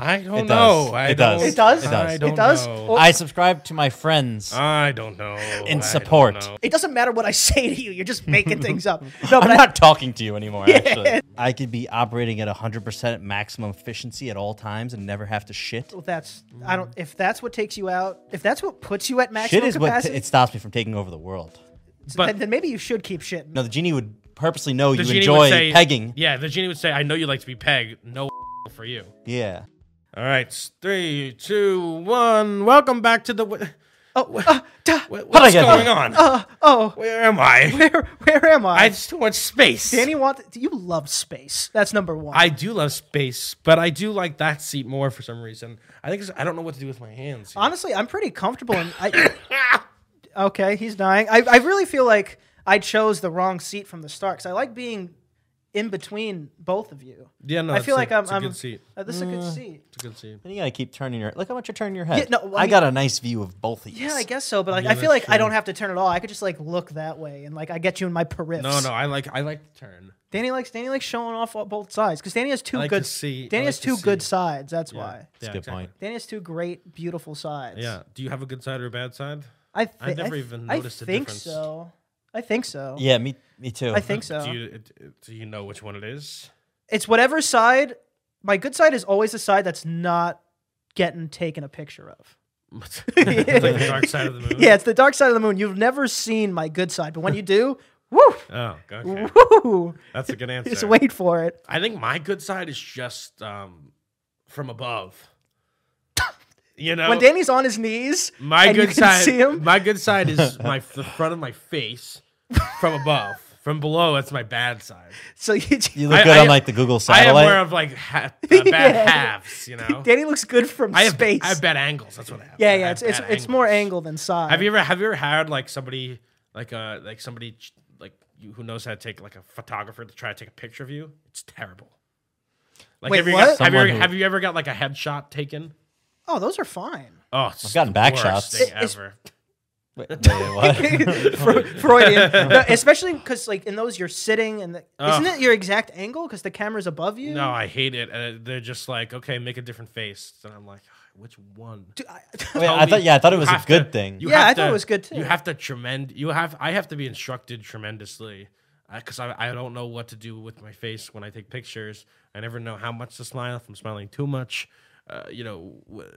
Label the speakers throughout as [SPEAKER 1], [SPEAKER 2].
[SPEAKER 1] I don't
[SPEAKER 2] It does.
[SPEAKER 1] know. I
[SPEAKER 2] It
[SPEAKER 1] don't,
[SPEAKER 2] does.
[SPEAKER 3] It does.
[SPEAKER 2] It
[SPEAKER 1] I
[SPEAKER 2] does.
[SPEAKER 1] don't
[SPEAKER 3] It does.
[SPEAKER 1] know.
[SPEAKER 3] Or-
[SPEAKER 2] I subscribe to my friends.
[SPEAKER 1] I don't know. Oh, I don't
[SPEAKER 2] support.
[SPEAKER 1] know.
[SPEAKER 3] It doesn't matter what I say to you. You're just making things up. No, but
[SPEAKER 2] I'm
[SPEAKER 3] I,
[SPEAKER 2] not talking to you anymore, actually. I could be operating at 100% maximum efficiency at all times and never have to shit.
[SPEAKER 3] well, that's I don't. If that's what takes you out, if that's what puts you at maximum
[SPEAKER 2] Shit is what
[SPEAKER 3] capacity,
[SPEAKER 2] t- it stops me from taking over the world.
[SPEAKER 1] But-
[SPEAKER 3] then, then maybe you should keep shitting.
[SPEAKER 2] No, the genie would purposely know
[SPEAKER 1] The
[SPEAKER 2] you
[SPEAKER 1] genie
[SPEAKER 2] enjoy
[SPEAKER 1] would say,
[SPEAKER 2] pegging.
[SPEAKER 1] Yeah, the genie would say, "I know you like to be pegged. No for you."
[SPEAKER 2] Yeah.
[SPEAKER 1] All right, s- three, two, one. Welcome back to the. Wh-
[SPEAKER 3] Oh, uh, duh,
[SPEAKER 1] wh-
[SPEAKER 2] How'd I
[SPEAKER 1] what's
[SPEAKER 2] get
[SPEAKER 1] going
[SPEAKER 2] here?
[SPEAKER 1] on?
[SPEAKER 3] uh, oh,
[SPEAKER 1] Where am I?
[SPEAKER 3] where where am I?
[SPEAKER 1] I just too much space.
[SPEAKER 3] Danny want you love space. That's number one.
[SPEAKER 1] I do love space, but I do like that seat more for some reason. I think it's, I don't know what to do with my hands.
[SPEAKER 3] Honestly, I'm pretty comfortable. And I, okay, he's dying. I, I really feel like I chose the wrong seat from the start because I like being in between both of you.
[SPEAKER 1] yeah, no,
[SPEAKER 3] I
[SPEAKER 1] it's
[SPEAKER 3] feel
[SPEAKER 1] a-
[SPEAKER 3] like I'm.
[SPEAKER 1] It's a
[SPEAKER 3] I'm
[SPEAKER 1] good seat.
[SPEAKER 3] Uh, this is a good
[SPEAKER 2] Mm.
[SPEAKER 3] seat.
[SPEAKER 1] It's a good seat.
[SPEAKER 2] Then you gotta keep turning your look how much you're turning your head.
[SPEAKER 3] Yeah, no, I
[SPEAKER 2] I,
[SPEAKER 3] mean-
[SPEAKER 2] got a nice view of both of you.
[SPEAKER 3] Yeah, I guess so. But like,
[SPEAKER 1] Yeah,
[SPEAKER 3] I feel
[SPEAKER 1] that's
[SPEAKER 3] like I
[SPEAKER 1] true.
[SPEAKER 3] don't have to turn at all. I could just like look that way and like I get you in my peripherals.
[SPEAKER 1] No, no, I like I like the turn.
[SPEAKER 3] Danny likes Danny likes showing off all- both sides because Danny has two
[SPEAKER 1] I like
[SPEAKER 3] good.
[SPEAKER 1] to see-
[SPEAKER 3] Danny
[SPEAKER 1] I
[SPEAKER 3] has
[SPEAKER 1] like to
[SPEAKER 3] two good
[SPEAKER 1] see.
[SPEAKER 3] sides. That's why.
[SPEAKER 1] yeah,
[SPEAKER 2] That's a good
[SPEAKER 1] exactly.
[SPEAKER 2] point.
[SPEAKER 3] Danny has two great, beautiful sides.
[SPEAKER 1] Yeah. Do you have a good side or a bad side?
[SPEAKER 3] I thi-
[SPEAKER 1] I've never
[SPEAKER 3] I th-
[SPEAKER 1] even
[SPEAKER 3] I
[SPEAKER 1] noticed the
[SPEAKER 3] think
[SPEAKER 1] difference.
[SPEAKER 3] so. I think so.
[SPEAKER 2] Yeah, me me too.
[SPEAKER 3] I think so.
[SPEAKER 1] Do you it- it- do you know which one it is?
[SPEAKER 3] it's whatever side. My good side is always the side that's not getting taken a picture of.
[SPEAKER 1] it's like the dark side of the moon.
[SPEAKER 3] Yeah, it's the dark side of the moon. You've never seen my good side, but when you do, woo,
[SPEAKER 1] Oh, okay.
[SPEAKER 3] woo,
[SPEAKER 1] That's a good answer.
[SPEAKER 3] just wait for it.
[SPEAKER 1] I think my good side is just um, from above. You know,
[SPEAKER 3] When Danny's on his knees,
[SPEAKER 1] my
[SPEAKER 3] and
[SPEAKER 1] good
[SPEAKER 3] you can
[SPEAKER 1] side.
[SPEAKER 3] see him.
[SPEAKER 1] My good side is my the front of my face from above. From below, that's my bad side.
[SPEAKER 3] So you,
[SPEAKER 2] you look
[SPEAKER 1] I-
[SPEAKER 2] good
[SPEAKER 1] I-
[SPEAKER 2] on like the
[SPEAKER 1] I
[SPEAKER 2] Google
[SPEAKER 1] am
[SPEAKER 2] satellite.
[SPEAKER 1] more of like ha- uh, bad
[SPEAKER 3] Yeah.
[SPEAKER 1] halves. You know,
[SPEAKER 3] Danny looks good from
[SPEAKER 1] I have
[SPEAKER 3] space.
[SPEAKER 1] I have bad angles. That's what I have. I
[SPEAKER 3] yeah, yeah,
[SPEAKER 1] have
[SPEAKER 3] it's it's,
[SPEAKER 1] bad
[SPEAKER 3] it's more
[SPEAKER 1] angles.
[SPEAKER 3] angle than side.
[SPEAKER 1] Have you ever have you ever had like somebody like uh like somebody ch- like you who knows how to take like a photographer to try to take a picture of you? It's terrible. Like
[SPEAKER 3] Wait,
[SPEAKER 1] have, you
[SPEAKER 3] what?
[SPEAKER 1] Got, have, you
[SPEAKER 2] Someone
[SPEAKER 1] ever,
[SPEAKER 2] who-
[SPEAKER 1] have you ever got like a headshot taken?
[SPEAKER 3] oh, those are fine.
[SPEAKER 1] Oh, it's the
[SPEAKER 2] gotten back
[SPEAKER 1] worst
[SPEAKER 2] shots.
[SPEAKER 1] thing
[SPEAKER 3] It- it's-
[SPEAKER 1] ever.
[SPEAKER 2] Wait, wait, what?
[SPEAKER 1] Oh,
[SPEAKER 3] Fre- Freudian, No, especially because like in those you're sitting and the, isn't
[SPEAKER 1] Ugh.
[SPEAKER 3] it your exact angle because the camera's above you?
[SPEAKER 1] No, I hate it. Uh, they're just like, okay, make a different face, and I'm like, which one?
[SPEAKER 3] Dude, I-
[SPEAKER 2] Wait,
[SPEAKER 1] Tell
[SPEAKER 2] I
[SPEAKER 1] me-
[SPEAKER 2] thought yeah, I thought it
[SPEAKER 1] you
[SPEAKER 2] was a
[SPEAKER 1] have to-
[SPEAKER 2] good thing.
[SPEAKER 1] you
[SPEAKER 3] Yeah,
[SPEAKER 1] have
[SPEAKER 3] I thought it was good, too.
[SPEAKER 1] You have to tremend. You have. I have to be instructed tremendously because I, I don't know what to do with my face when I take pictures. I never know how much to smile. If I'm smiling too much, uh, you know, w-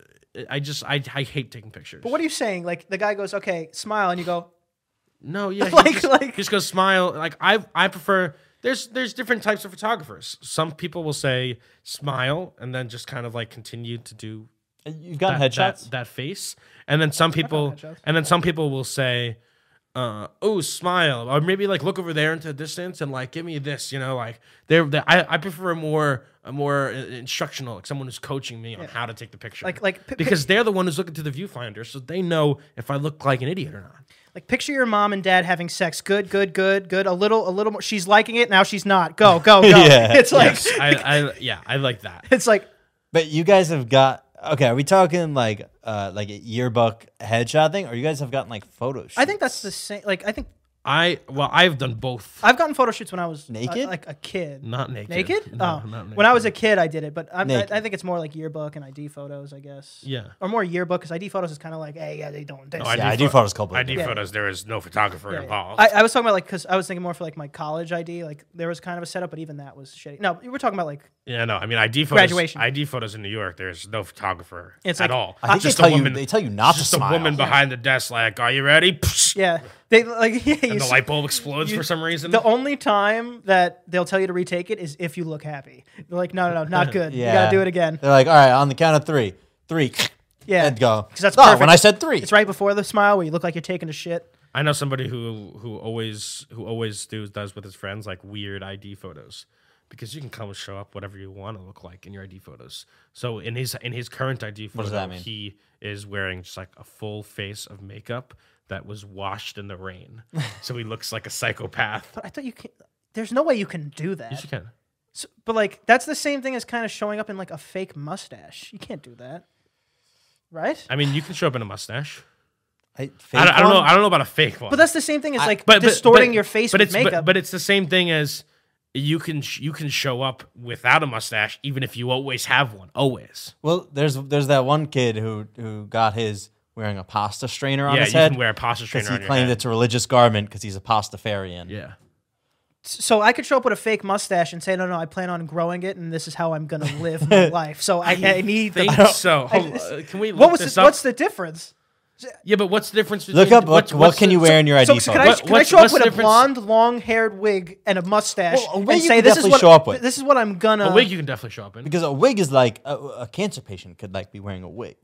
[SPEAKER 1] I just I, I hate taking pictures.
[SPEAKER 3] But what are you saying? Like the guy goes, "Okay, smile," and you go,
[SPEAKER 1] No, yeah, he
[SPEAKER 3] Like-
[SPEAKER 1] just,
[SPEAKER 3] like-
[SPEAKER 1] he just go smile. Like I, I prefer. There's there's different types of photographers. Some people will say smile and then just kind of like continue to do
[SPEAKER 2] You've gotten
[SPEAKER 1] that, that-
[SPEAKER 2] headshots.
[SPEAKER 1] That, face, and then some people,
[SPEAKER 3] headshots.
[SPEAKER 1] and then some people will say, uh, "Oh, smile," or maybe like look over there into the distance and like give me this. You know, like they're. they I, I prefer a more a more uh, instructional, like someone who's coaching me on how to take the picture.
[SPEAKER 3] Like- like, pi- pi-
[SPEAKER 1] because they're the one who's looking to the viewfinder, so they know if I look like an idiot or not.
[SPEAKER 3] like picture your mom and dad having sex. Good, good, good, good. A little, a little more. She's liking it now. She's not. Go, go, go.
[SPEAKER 2] Yeah.
[SPEAKER 3] It's like
[SPEAKER 1] Yes, I, I yeah, I like that.
[SPEAKER 3] it's like
[SPEAKER 2] But you guys have got okay. Are we talking like uh like a yearbook headshot thing, or you guys have gotten like photo
[SPEAKER 3] I think that's
[SPEAKER 2] shoots?
[SPEAKER 3] the same. Like I think
[SPEAKER 1] I well, I've done both.
[SPEAKER 3] I've gotten photo shoots when I was uh,
[SPEAKER 2] Naked?
[SPEAKER 3] like a kid.
[SPEAKER 1] Not naked.
[SPEAKER 3] Naked?
[SPEAKER 1] No,
[SPEAKER 3] oh,
[SPEAKER 1] not naked.
[SPEAKER 3] when I was a kid, I did it, but I'm, I,
[SPEAKER 2] Naked.
[SPEAKER 3] I think it's more like yearbook and ID photos, I guess.
[SPEAKER 1] yeah.
[SPEAKER 3] Or more yearbook because ID photos is kind of like, hey, yeah, they don't. this."
[SPEAKER 1] I
[SPEAKER 2] yeah,
[SPEAKER 1] do
[SPEAKER 2] I do
[SPEAKER 1] pho-
[SPEAKER 2] photos couple.
[SPEAKER 1] ID
[SPEAKER 3] Yeah.
[SPEAKER 1] photos. There is no photographer
[SPEAKER 3] Yeah, yeah.
[SPEAKER 1] involved.
[SPEAKER 3] I, I was talking about like because I was thinking more for like my college ID. Like there was kind of a setup, but even that was shitty. No, we were talking about like
[SPEAKER 1] Yeah, no, I mean ID photos.
[SPEAKER 3] Graduation.
[SPEAKER 1] ID photos in New York. There's no photographer
[SPEAKER 3] It's
[SPEAKER 1] at
[SPEAKER 3] like-
[SPEAKER 1] all.
[SPEAKER 2] I think
[SPEAKER 1] just
[SPEAKER 2] they tell
[SPEAKER 1] a woman.
[SPEAKER 2] you they tell you not
[SPEAKER 1] just
[SPEAKER 2] to
[SPEAKER 1] a
[SPEAKER 2] smile.
[SPEAKER 1] woman behind the desk, like, "Are you ready?"
[SPEAKER 3] yeah, they like yeah, you
[SPEAKER 1] and the
[SPEAKER 3] see-
[SPEAKER 1] light bulb explodes for some reason.
[SPEAKER 3] The only time that they'll tell you to retake it is if you look happy. They're like, no, no, no, not good. You gotta do it again.
[SPEAKER 2] They're like, all right, on the count of three, three,
[SPEAKER 3] Yeah.
[SPEAKER 2] and go.
[SPEAKER 3] 'Cause that's
[SPEAKER 2] "No,
[SPEAKER 3] perfect.
[SPEAKER 2] when I said three.
[SPEAKER 3] It's right before the smile where you look like you're taking a shit.
[SPEAKER 1] I know somebody who who always who always do does with his friends like weird ID photos because you can come and show up whatever you want to look like in your ID photos. So in his in his current ID photo,
[SPEAKER 2] does that mean?
[SPEAKER 1] he is wearing just like a full face of makeup that was washed in the rain, so he looks like a psychopath.
[SPEAKER 3] But I thought you can. There's no way you can do
[SPEAKER 1] Yes,
[SPEAKER 3] that.
[SPEAKER 1] you can.
[SPEAKER 3] So- but like, that's the same thing as kind of showing up in like a fake mustache. You can't do that, right?
[SPEAKER 1] I mean, you can show up in a mustache.
[SPEAKER 2] I,
[SPEAKER 1] I don't, I
[SPEAKER 2] fake
[SPEAKER 1] don't know.
[SPEAKER 2] one?
[SPEAKER 1] I don't know about a fake one.
[SPEAKER 3] But that's the same thing as like
[SPEAKER 1] but, but-
[SPEAKER 3] distorting
[SPEAKER 1] but-
[SPEAKER 3] your face
[SPEAKER 1] but
[SPEAKER 3] with
[SPEAKER 1] it's, but-
[SPEAKER 3] makeup.
[SPEAKER 1] But, it's the same thing as you can sh- you can show up without a mustache even if you always have one. Always.
[SPEAKER 2] Well, there's there's that one kid who who got his wearing a pasta strainer on
[SPEAKER 1] yeah,
[SPEAKER 2] his
[SPEAKER 1] you
[SPEAKER 2] head
[SPEAKER 1] can wear a pasta
[SPEAKER 2] because
[SPEAKER 1] strainer
[SPEAKER 2] he
[SPEAKER 1] on your
[SPEAKER 2] claimed
[SPEAKER 1] head.
[SPEAKER 2] it's a religious garment because he's a pastafarian.
[SPEAKER 1] yeah.
[SPEAKER 3] So I could show up with a fake mustache and say, no, no, I plan on growing it, and this is how I'm gonna live my life. So I, I need the.
[SPEAKER 1] Think so. Hold
[SPEAKER 3] just-
[SPEAKER 1] on, can we
[SPEAKER 3] What
[SPEAKER 1] look
[SPEAKER 3] was
[SPEAKER 1] this
[SPEAKER 3] this,
[SPEAKER 1] up?
[SPEAKER 3] what's the difference?
[SPEAKER 1] yeah, but what's the difference between
[SPEAKER 2] Look up what,
[SPEAKER 1] what's-
[SPEAKER 2] what
[SPEAKER 1] what's
[SPEAKER 2] can
[SPEAKER 1] the-
[SPEAKER 2] you wear in your ID
[SPEAKER 3] So,
[SPEAKER 2] photo.
[SPEAKER 3] so can, I,
[SPEAKER 1] What-
[SPEAKER 3] can I
[SPEAKER 1] what's-
[SPEAKER 3] show up
[SPEAKER 1] what's
[SPEAKER 3] with
[SPEAKER 1] the
[SPEAKER 3] a
[SPEAKER 1] difference?
[SPEAKER 3] blonde, long-haired wig and a mustache
[SPEAKER 2] Well, a wig
[SPEAKER 3] and
[SPEAKER 2] you
[SPEAKER 3] say,
[SPEAKER 2] can
[SPEAKER 3] "This is
[SPEAKER 2] definitely
[SPEAKER 3] what
[SPEAKER 2] show up with.
[SPEAKER 3] this is what I'm gonna."
[SPEAKER 1] A wig you can definitely show up in.
[SPEAKER 2] because a wig is like a, a cancer patient could like be wearing a wig.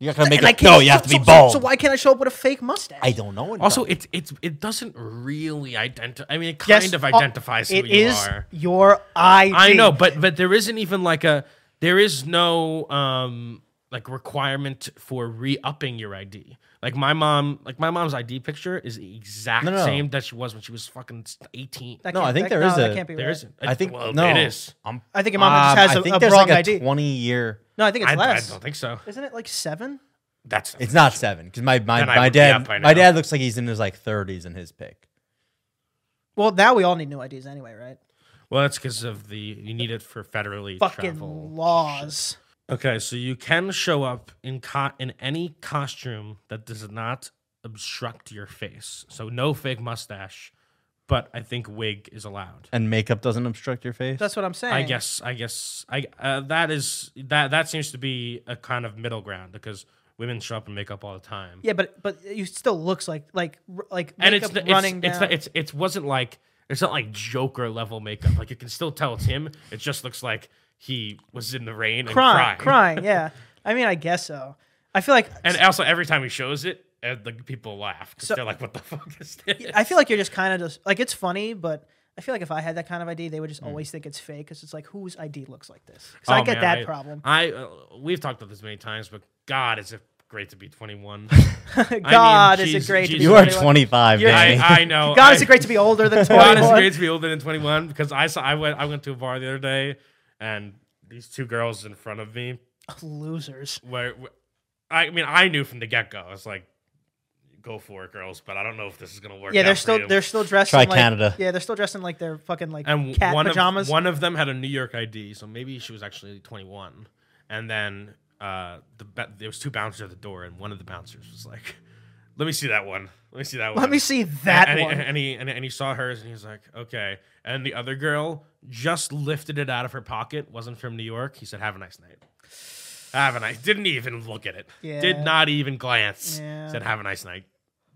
[SPEAKER 2] You're not gonna make
[SPEAKER 3] and I
[SPEAKER 2] it.
[SPEAKER 3] can't-
[SPEAKER 2] No, you have to
[SPEAKER 3] so-
[SPEAKER 2] be
[SPEAKER 3] so-
[SPEAKER 2] bald.
[SPEAKER 3] So, why can't I show up with a fake mustache?
[SPEAKER 2] I don't know.
[SPEAKER 1] Also, it's it's it doesn't really identify. I mean, it kind
[SPEAKER 3] Yes,
[SPEAKER 1] of
[SPEAKER 3] uh,
[SPEAKER 1] identifies who
[SPEAKER 3] It
[SPEAKER 1] you
[SPEAKER 3] is
[SPEAKER 1] are.
[SPEAKER 3] your ID.
[SPEAKER 1] I know, but but there isn't even like a there is no um like requirement for re-upping your ID. Like my mom, like my mom's ID picture is the exact
[SPEAKER 2] No, no.
[SPEAKER 1] same that she was when she was fucking eighteen.
[SPEAKER 3] That
[SPEAKER 2] No,
[SPEAKER 3] can't-
[SPEAKER 2] I think
[SPEAKER 3] that,
[SPEAKER 2] there is
[SPEAKER 3] no, that
[SPEAKER 2] a-
[SPEAKER 3] can't be
[SPEAKER 1] There
[SPEAKER 3] right.
[SPEAKER 1] isn't.
[SPEAKER 2] I think
[SPEAKER 1] well,
[SPEAKER 2] no.
[SPEAKER 1] it is.
[SPEAKER 2] I'm-
[SPEAKER 3] I think your mama just
[SPEAKER 2] um,
[SPEAKER 3] has
[SPEAKER 2] I
[SPEAKER 3] a-
[SPEAKER 2] think
[SPEAKER 3] a
[SPEAKER 2] there's
[SPEAKER 3] wrong
[SPEAKER 2] like a
[SPEAKER 3] ID.
[SPEAKER 2] 20 year.
[SPEAKER 3] No, I think it's
[SPEAKER 1] I, I
[SPEAKER 3] less.
[SPEAKER 1] don't think so.
[SPEAKER 3] Isn't it like seven?
[SPEAKER 1] That's
[SPEAKER 2] It's not seven because my my,
[SPEAKER 1] Then I
[SPEAKER 2] my
[SPEAKER 1] would be
[SPEAKER 2] dad
[SPEAKER 1] up by
[SPEAKER 2] my
[SPEAKER 1] now.
[SPEAKER 2] dad looks like he's in his like 30s in his pick.
[SPEAKER 3] Well, now we all need new IDs anyway, right?
[SPEAKER 1] well. That's because of the you need it for federally
[SPEAKER 3] Fucking
[SPEAKER 1] travel.
[SPEAKER 3] laws.
[SPEAKER 1] Okay, so you can show up in co- in any costume that does not obstruct your face. So no fake mustache, but I think wig is allowed.
[SPEAKER 2] And makeup doesn't obstruct your face.
[SPEAKER 3] That's what I'm saying.
[SPEAKER 1] I guess I guess I uh, that is that that seems to be a kind of middle ground because women show up in makeup all the time.
[SPEAKER 3] Yeah, but but you still looks like like r- like
[SPEAKER 1] and
[SPEAKER 3] makeup
[SPEAKER 1] it's n-
[SPEAKER 3] running
[SPEAKER 1] it's it's,
[SPEAKER 3] down.
[SPEAKER 1] not- it's it's wasn't like it's not like Joker level makeup. Like you can still tell it's him. It just looks like he was in the rain and
[SPEAKER 3] crying,
[SPEAKER 1] crying.
[SPEAKER 3] crying. Yeah, I mean, I guess so. I feel like
[SPEAKER 1] And also, every time he shows it, uh, the people laugh 'cause
[SPEAKER 3] So-
[SPEAKER 1] they're like, "What the fuck is this?"
[SPEAKER 3] I feel like you're just kind of just like it's funny, but I feel like if I had that kind of ID, they would just always think it's fake because it's like whose ID looks like this. 'Cause I
[SPEAKER 1] Mm. Oh,
[SPEAKER 3] get
[SPEAKER 1] man,
[SPEAKER 3] that
[SPEAKER 1] I-
[SPEAKER 3] problem.
[SPEAKER 1] I uh, we've talked about this many times, but God, is it great to be 21?
[SPEAKER 3] God, is
[SPEAKER 1] Jesus-
[SPEAKER 3] it great to be
[SPEAKER 1] Jesus-
[SPEAKER 2] you are
[SPEAKER 3] 21?
[SPEAKER 2] 25,
[SPEAKER 3] You're-
[SPEAKER 2] Danny.
[SPEAKER 1] I, I know.
[SPEAKER 3] God,
[SPEAKER 1] I,
[SPEAKER 3] is it great to be older than
[SPEAKER 1] God, is it
[SPEAKER 3] 21?
[SPEAKER 1] great to be older than 21? Because I saw I went I went to a bar the other day, and these two girls in front of me
[SPEAKER 3] Losers.
[SPEAKER 1] were. were- I mean, I knew from the get go. It's like, go for it, girls. But I don't know if this is gonna work.
[SPEAKER 3] Yeah,
[SPEAKER 1] out
[SPEAKER 3] they're
[SPEAKER 1] for
[SPEAKER 3] still
[SPEAKER 1] you.
[SPEAKER 3] they're still dressed
[SPEAKER 2] Try
[SPEAKER 3] in like,
[SPEAKER 2] Canada.
[SPEAKER 3] Yeah, they're still dressed in like their fucking like
[SPEAKER 1] and
[SPEAKER 3] cat
[SPEAKER 1] one
[SPEAKER 3] pajamas.
[SPEAKER 1] Of, one of them had a New York ID, so maybe she was actually 21. And then uh, the ba- there was two bouncers at the door, and one of the bouncers was like, "Let me see that one. Let me see that one.
[SPEAKER 3] Let me see that
[SPEAKER 1] and,
[SPEAKER 3] one.
[SPEAKER 1] He, and he and, and he saw hers, and he was like, "Okay." And the other girl just lifted it out of her pocket. wasn't from New York. He said, "Have a nice night." Have a nice. Didn't even look at it.
[SPEAKER 3] Yeah.
[SPEAKER 1] Did not even glance.
[SPEAKER 3] Yeah.
[SPEAKER 1] Said, "Have a nice night.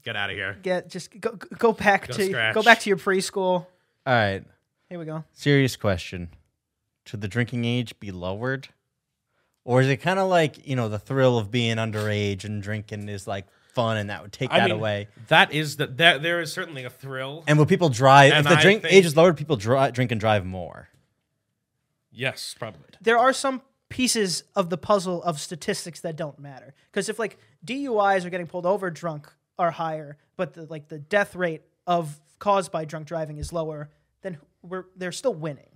[SPEAKER 1] Get out of here."
[SPEAKER 3] Get just go go back
[SPEAKER 1] Go
[SPEAKER 3] to go
[SPEAKER 1] scratch.
[SPEAKER 3] back to your preschool.
[SPEAKER 2] All right.
[SPEAKER 3] Here we go.
[SPEAKER 2] Serious question. Should the drinking age be lowered? Or is it kind of like, you know, the thrill of being underage and drinking is like fun and that would take that
[SPEAKER 1] mean,
[SPEAKER 2] away?
[SPEAKER 1] That is the that there is certainly a thrill.
[SPEAKER 2] And will people drive, if
[SPEAKER 1] And
[SPEAKER 2] the
[SPEAKER 1] I
[SPEAKER 2] drink
[SPEAKER 1] think-
[SPEAKER 2] age is lowered, people dri- drink and drive more?
[SPEAKER 1] yes, probably.
[SPEAKER 3] There are some pieces of the puzzle of statistics that don't matter because if like DUIs are getting pulled over drunk are higher, but the like the death rate of caused by drunk driving is lower, then we're they're still winning.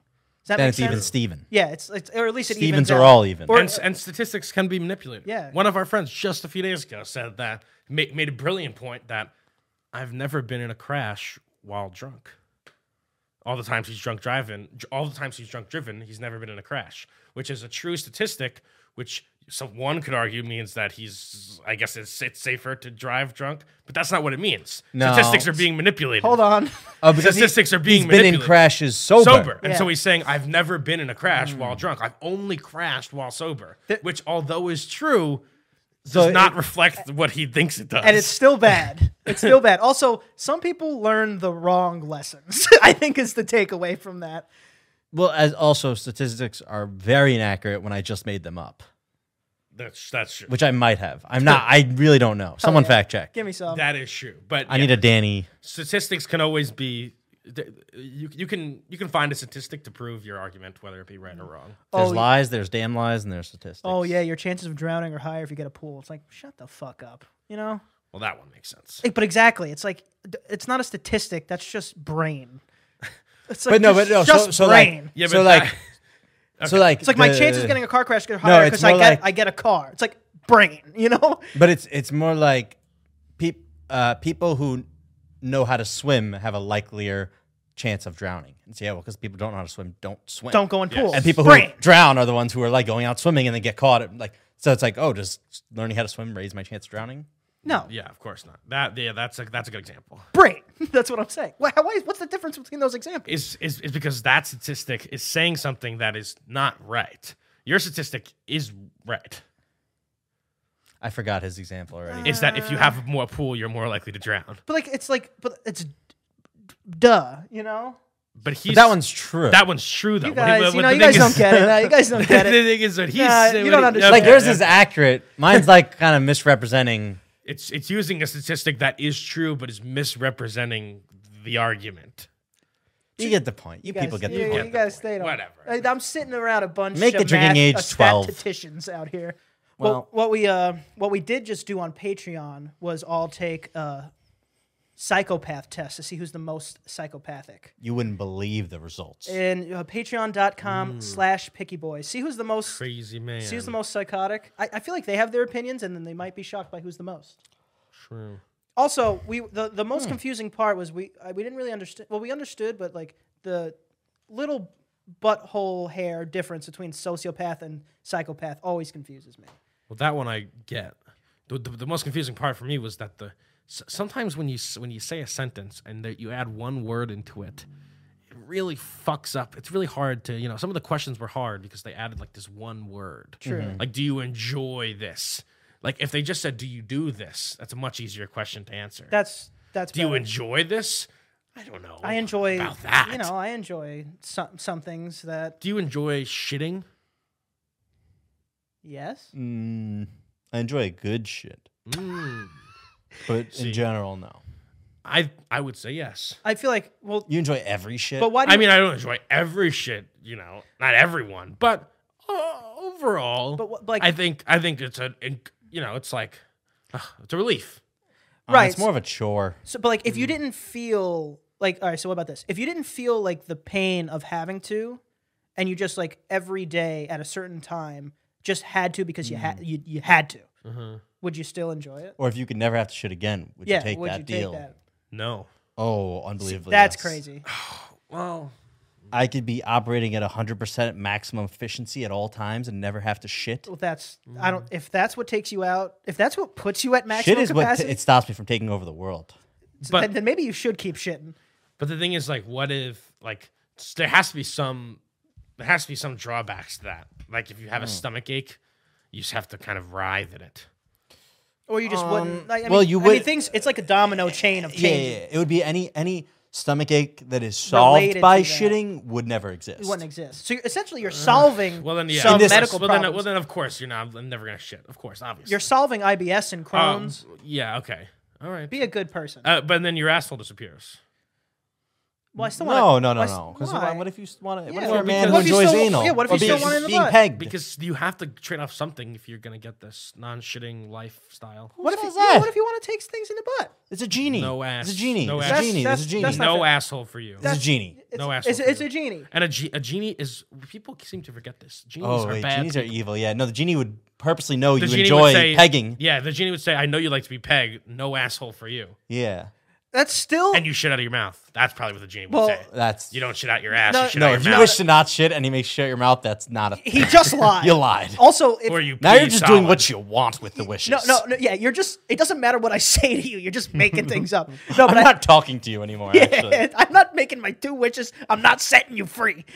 [SPEAKER 3] Does that
[SPEAKER 2] Then
[SPEAKER 3] make
[SPEAKER 2] it's
[SPEAKER 3] sense?
[SPEAKER 2] even Steven.
[SPEAKER 3] yeah, it's, it's or at least it
[SPEAKER 2] Stevens
[SPEAKER 3] evens
[SPEAKER 2] are
[SPEAKER 3] out.
[SPEAKER 2] all even.
[SPEAKER 3] Or-
[SPEAKER 1] and, s- and statistics can be manipulated.
[SPEAKER 3] Yeah.
[SPEAKER 1] One of our friends just a few days ago said that made, made a brilliant point that I've never been in a crash while drunk. All the times he's drunk driving, dr- all the times he's drunk driven, he's never been in a crash, which is a true statistic. Which some one could argue means that he's, I guess it's, it's safer to drive drunk, but that's not what it means.
[SPEAKER 2] No.
[SPEAKER 1] Statistics are being manipulated.
[SPEAKER 3] Hold on.
[SPEAKER 2] Oh, because he-
[SPEAKER 1] Statistics are being
[SPEAKER 2] he's been in
[SPEAKER 1] manipulated.
[SPEAKER 2] crashes sober. Hmm.
[SPEAKER 1] sober. And so
[SPEAKER 3] Yeah.
[SPEAKER 1] he's saying, I've never been in a crash while drunk. I've only crashed while sober, which, although is true, does
[SPEAKER 2] it-
[SPEAKER 1] not reflect what he thinks it does.
[SPEAKER 3] and it's still bad. It's still bad. Also, some people learn the wrong lessons. I think is the takeaway from that.
[SPEAKER 2] Well, as also statistics are very inaccurate when I just made them up,
[SPEAKER 1] that's, that's true.
[SPEAKER 2] which I might have. I'm not. I really don't know. Someone
[SPEAKER 3] Oh, yeah.
[SPEAKER 2] fact check.
[SPEAKER 3] Give me some.
[SPEAKER 1] that is true. But
[SPEAKER 2] I
[SPEAKER 1] yeah,
[SPEAKER 2] need a Danny.
[SPEAKER 1] statistics can always be. th- You, you can you can find a statistic to prove your argument, whether it be right or wrong.
[SPEAKER 2] There's
[SPEAKER 3] Oh, y-
[SPEAKER 2] lies. There's damn lies, and there's statistics.
[SPEAKER 3] oh yeah, your chances of drowning are higher if you get a pool. It's like shut the fuck up. You know.
[SPEAKER 1] Well, that one makes sense.
[SPEAKER 3] Eh, But exactly, it's like d- it's not a statistic. That's just brain. It's like
[SPEAKER 2] But no, but
[SPEAKER 3] just,
[SPEAKER 2] no. So,
[SPEAKER 3] just
[SPEAKER 2] so
[SPEAKER 3] brain.
[SPEAKER 2] like,
[SPEAKER 1] Yeah,
[SPEAKER 2] so
[SPEAKER 1] but
[SPEAKER 2] like,
[SPEAKER 1] that-
[SPEAKER 2] so like,
[SPEAKER 3] it's like my chances of getting a car crash get
[SPEAKER 2] No,
[SPEAKER 3] higher
[SPEAKER 2] it's
[SPEAKER 3] because I
[SPEAKER 2] more
[SPEAKER 3] get
[SPEAKER 2] like-
[SPEAKER 3] I get a car. It's like brain. You know.
[SPEAKER 2] But it's it's more like, peop, uh, people who know how to swim have a likelier chance of drowning in Seattle because people don't know how to swim, don't swim.
[SPEAKER 3] Don't go in
[SPEAKER 1] Yes.
[SPEAKER 3] pools.
[SPEAKER 2] and people who
[SPEAKER 3] Brain.
[SPEAKER 2] drown are the ones who are like going out swimming and then get caught. And, like so, it's like oh, does learning how to swim raise my chance of drowning?
[SPEAKER 3] no
[SPEAKER 1] Yeah, of course not. That yeah, that's a that's a good example.
[SPEAKER 3] brain. That's what I'm saying. Why, why, what's the difference between those examples?
[SPEAKER 1] Is is is because that statistic is saying something that is not right. Your statistic is right.
[SPEAKER 2] I forgot his example already.
[SPEAKER 1] Is that if you have more pool, you're more likely to drown.
[SPEAKER 3] But like it's like but it's d- duh, you know.
[SPEAKER 1] But he's
[SPEAKER 2] But that one's true.
[SPEAKER 1] that one's true though.
[SPEAKER 3] You
[SPEAKER 1] What he-
[SPEAKER 3] guys,
[SPEAKER 1] what-
[SPEAKER 3] you
[SPEAKER 1] what
[SPEAKER 3] know,
[SPEAKER 1] the
[SPEAKER 3] you
[SPEAKER 1] thing
[SPEAKER 3] guys
[SPEAKER 1] is-
[SPEAKER 3] don't get it. You guys don't get
[SPEAKER 1] the
[SPEAKER 3] it.
[SPEAKER 1] thing is that he's
[SPEAKER 3] Nah,
[SPEAKER 1] saying
[SPEAKER 3] you
[SPEAKER 1] what
[SPEAKER 3] don't
[SPEAKER 1] he-
[SPEAKER 3] understand.
[SPEAKER 2] like
[SPEAKER 1] okay,
[SPEAKER 2] yours
[SPEAKER 1] okay.
[SPEAKER 2] is accurate. Mine's like kind of misrepresenting.
[SPEAKER 1] it's it's using a statistic that is true but is misrepresenting the argument.
[SPEAKER 2] You get the point. You
[SPEAKER 3] You guys-
[SPEAKER 2] people get the
[SPEAKER 3] you, you
[SPEAKER 2] point.
[SPEAKER 1] point.
[SPEAKER 3] guys, they don't.
[SPEAKER 1] Whatever.
[SPEAKER 3] I- I'm sitting around a bunch.
[SPEAKER 2] Make
[SPEAKER 3] of
[SPEAKER 2] the drinking
[SPEAKER 3] math-
[SPEAKER 2] age
[SPEAKER 3] uh,
[SPEAKER 2] 12.
[SPEAKER 3] Statisticians out here.
[SPEAKER 2] Well-
[SPEAKER 3] well, what we uh, what we did just do on Patreon was all take a psychopath test to see who's the most psychopathic.
[SPEAKER 2] You wouldn't believe the results.
[SPEAKER 3] And uh,
[SPEAKER 2] Hmm.
[SPEAKER 3] Patreon.com slash Picky Boys. See who's the most.
[SPEAKER 1] Crazy man.
[SPEAKER 3] See who's the most psychotic. I, I feel like they have their opinions, and then they might be shocked by who's the most.
[SPEAKER 1] True.
[SPEAKER 3] Also, we the, the
[SPEAKER 1] Hmm.
[SPEAKER 3] most confusing part was we uh, we didn't really understand. Well, we understood, but like the little butthole hair difference between sociopath and psychopath always confuses me.
[SPEAKER 1] Well, that one I get. The, the, the most confusing part for me was that the s- sometimes when you s- when you say a sentence and that you add one word into it, it really fucks up. It's really hard to you know. Some of the questions were hard because they added like this one word.
[SPEAKER 3] True.
[SPEAKER 1] Like, do you enjoy this? Like, if they just said, "Do you do this?" That's a much easier question to answer.
[SPEAKER 3] That's that's.
[SPEAKER 1] do you
[SPEAKER 3] better.
[SPEAKER 1] enjoy this? I don't know.
[SPEAKER 3] I enjoy
[SPEAKER 1] about that.
[SPEAKER 3] You know, I enjoy some some things that
[SPEAKER 1] Do you enjoy shitting?
[SPEAKER 3] yes.
[SPEAKER 2] Mm, I enjoy good shit,
[SPEAKER 1] Mm.
[SPEAKER 2] but in general, no.
[SPEAKER 1] I I would say yes.
[SPEAKER 3] I feel like well,
[SPEAKER 2] You enjoy every shit.
[SPEAKER 3] but why do you,
[SPEAKER 1] I mean, I don't enjoy every shit, you know, not everyone, but uh, overall,
[SPEAKER 3] But what- like-
[SPEAKER 1] I think I think it's a you know, it's like ah, it's a relief.
[SPEAKER 2] Uh,
[SPEAKER 3] right,
[SPEAKER 2] It's more of a chore.
[SPEAKER 3] So, but like, if
[SPEAKER 2] Mm-hmm.
[SPEAKER 3] you didn't feel like, all right, so what about this? If you didn't feel like the pain of having to, and you just like every day at a certain time just had to because you had you, you had to, would you still enjoy it?
[SPEAKER 2] Mm-hmm. Or if you could never have to shit again, would you take that deal?
[SPEAKER 1] No.
[SPEAKER 2] Oh, unbelievably.
[SPEAKER 3] That's
[SPEAKER 2] yes.
[SPEAKER 3] crazy.
[SPEAKER 1] Well,
[SPEAKER 2] I could be operating at 100% maximum efficiency at all times and never have to shit.
[SPEAKER 3] Well, that's I don't. If that's what takes you out, if that's what puts you at maximum
[SPEAKER 2] Mm-hmm. Shit is what
[SPEAKER 3] capacity,
[SPEAKER 2] t- it stops me from taking over the world.
[SPEAKER 1] but-
[SPEAKER 3] then, then maybe you should keep shitting.
[SPEAKER 1] but the thing is, like, what if like s- there has to be some there has to be some drawbacks to that. Like, if you
[SPEAKER 3] Hmm.
[SPEAKER 1] have a stomach ache, you just have to kind of writhe in it.
[SPEAKER 3] Or you just wouldn't. Like, I
[SPEAKER 2] Um, well,
[SPEAKER 3] mean-
[SPEAKER 2] you
[SPEAKER 3] I mean,
[SPEAKER 2] would-
[SPEAKER 3] things. It's like a domino chain of
[SPEAKER 2] Yeah,
[SPEAKER 3] changes.
[SPEAKER 2] yeah, yeah. it would be any any stomach ache that is solved
[SPEAKER 3] Related
[SPEAKER 2] by
[SPEAKER 3] to that.
[SPEAKER 2] shitting would never exist.
[SPEAKER 3] It wouldn't exist. So you're, essentially, you're solving
[SPEAKER 1] Well, then yeah,
[SPEAKER 3] some
[SPEAKER 2] In this-
[SPEAKER 3] medical
[SPEAKER 1] well,
[SPEAKER 3] problems.
[SPEAKER 1] then, well, then of course you're not. I'm never gonna shit. Of course, obviously.
[SPEAKER 3] You're solving IBS
[SPEAKER 1] Um,
[SPEAKER 3] and Crohn's.
[SPEAKER 1] yeah. Okay. All right.
[SPEAKER 3] Be a good person.
[SPEAKER 1] Uh, but then your asshole disappears.
[SPEAKER 3] well, I still
[SPEAKER 2] No,
[SPEAKER 3] want
[SPEAKER 2] no, no, no. Because what if you want to? What
[SPEAKER 3] Yeah.
[SPEAKER 2] if
[SPEAKER 3] Or
[SPEAKER 2] you're a
[SPEAKER 1] because-
[SPEAKER 2] man who
[SPEAKER 1] What if you
[SPEAKER 2] enjoys
[SPEAKER 3] still-
[SPEAKER 2] anal?
[SPEAKER 3] yeah, what if
[SPEAKER 2] Or
[SPEAKER 3] you still
[SPEAKER 2] being-
[SPEAKER 3] want it in the
[SPEAKER 2] being
[SPEAKER 3] butt?
[SPEAKER 2] pegged?
[SPEAKER 1] Because you have to trade off something if you're gonna get this non-shitting lifestyle.
[SPEAKER 3] What if,
[SPEAKER 2] says
[SPEAKER 3] you, yeah,
[SPEAKER 2] that?
[SPEAKER 3] what if you want to take things in the butt?
[SPEAKER 2] it's a genie.
[SPEAKER 1] No ass.
[SPEAKER 2] It's a genie.
[SPEAKER 1] No
[SPEAKER 2] it's
[SPEAKER 1] ass.
[SPEAKER 2] a genie.
[SPEAKER 3] That's-
[SPEAKER 2] It's a
[SPEAKER 3] that's-
[SPEAKER 2] genie.
[SPEAKER 3] that's
[SPEAKER 2] It's
[SPEAKER 3] not-
[SPEAKER 1] no
[SPEAKER 3] fair.
[SPEAKER 1] asshole for you.
[SPEAKER 2] a genie.
[SPEAKER 3] It's,
[SPEAKER 1] No
[SPEAKER 3] it's,
[SPEAKER 1] asshole
[SPEAKER 3] it's,
[SPEAKER 1] for
[SPEAKER 3] a
[SPEAKER 1] you.
[SPEAKER 3] genie.
[SPEAKER 1] And a, ge- a genie is people seem to forget this. Genies
[SPEAKER 2] Oh
[SPEAKER 1] are
[SPEAKER 2] wait,
[SPEAKER 1] bad.
[SPEAKER 2] genies are
[SPEAKER 1] people.
[SPEAKER 2] evil. Yeah, no, the genie would purposely know
[SPEAKER 1] The
[SPEAKER 2] you
[SPEAKER 1] genie
[SPEAKER 2] enjoy
[SPEAKER 1] would say,
[SPEAKER 2] pegging.
[SPEAKER 1] Yeah, the genie would say, "I know you like to be pegged. No asshole for you."
[SPEAKER 2] Yeah,
[SPEAKER 3] That's still.
[SPEAKER 1] And you shit out of your mouth. That's probably what the genie would
[SPEAKER 3] Well-
[SPEAKER 1] say.
[SPEAKER 2] that's
[SPEAKER 1] You don't shit out your ass.
[SPEAKER 3] No,
[SPEAKER 1] you shit
[SPEAKER 2] No,
[SPEAKER 1] out your
[SPEAKER 2] if you
[SPEAKER 1] mouth.
[SPEAKER 2] wish to not shit and he makes shit out your mouth, that's not a.
[SPEAKER 3] he just lied.
[SPEAKER 2] You lied.
[SPEAKER 3] Also, if,
[SPEAKER 1] or you.
[SPEAKER 2] Now you're
[SPEAKER 1] pee
[SPEAKER 2] just doing
[SPEAKER 1] Oh, solid.
[SPEAKER 2] what you want with the wishes.
[SPEAKER 3] No, no, no. Yeah, you're just. It doesn't matter what I say to you. You're just making things up. No,
[SPEAKER 2] I'm
[SPEAKER 3] but I,
[SPEAKER 2] not talking to you anymore. Actually,
[SPEAKER 3] I'm not making my two wishes. I'm not setting you free.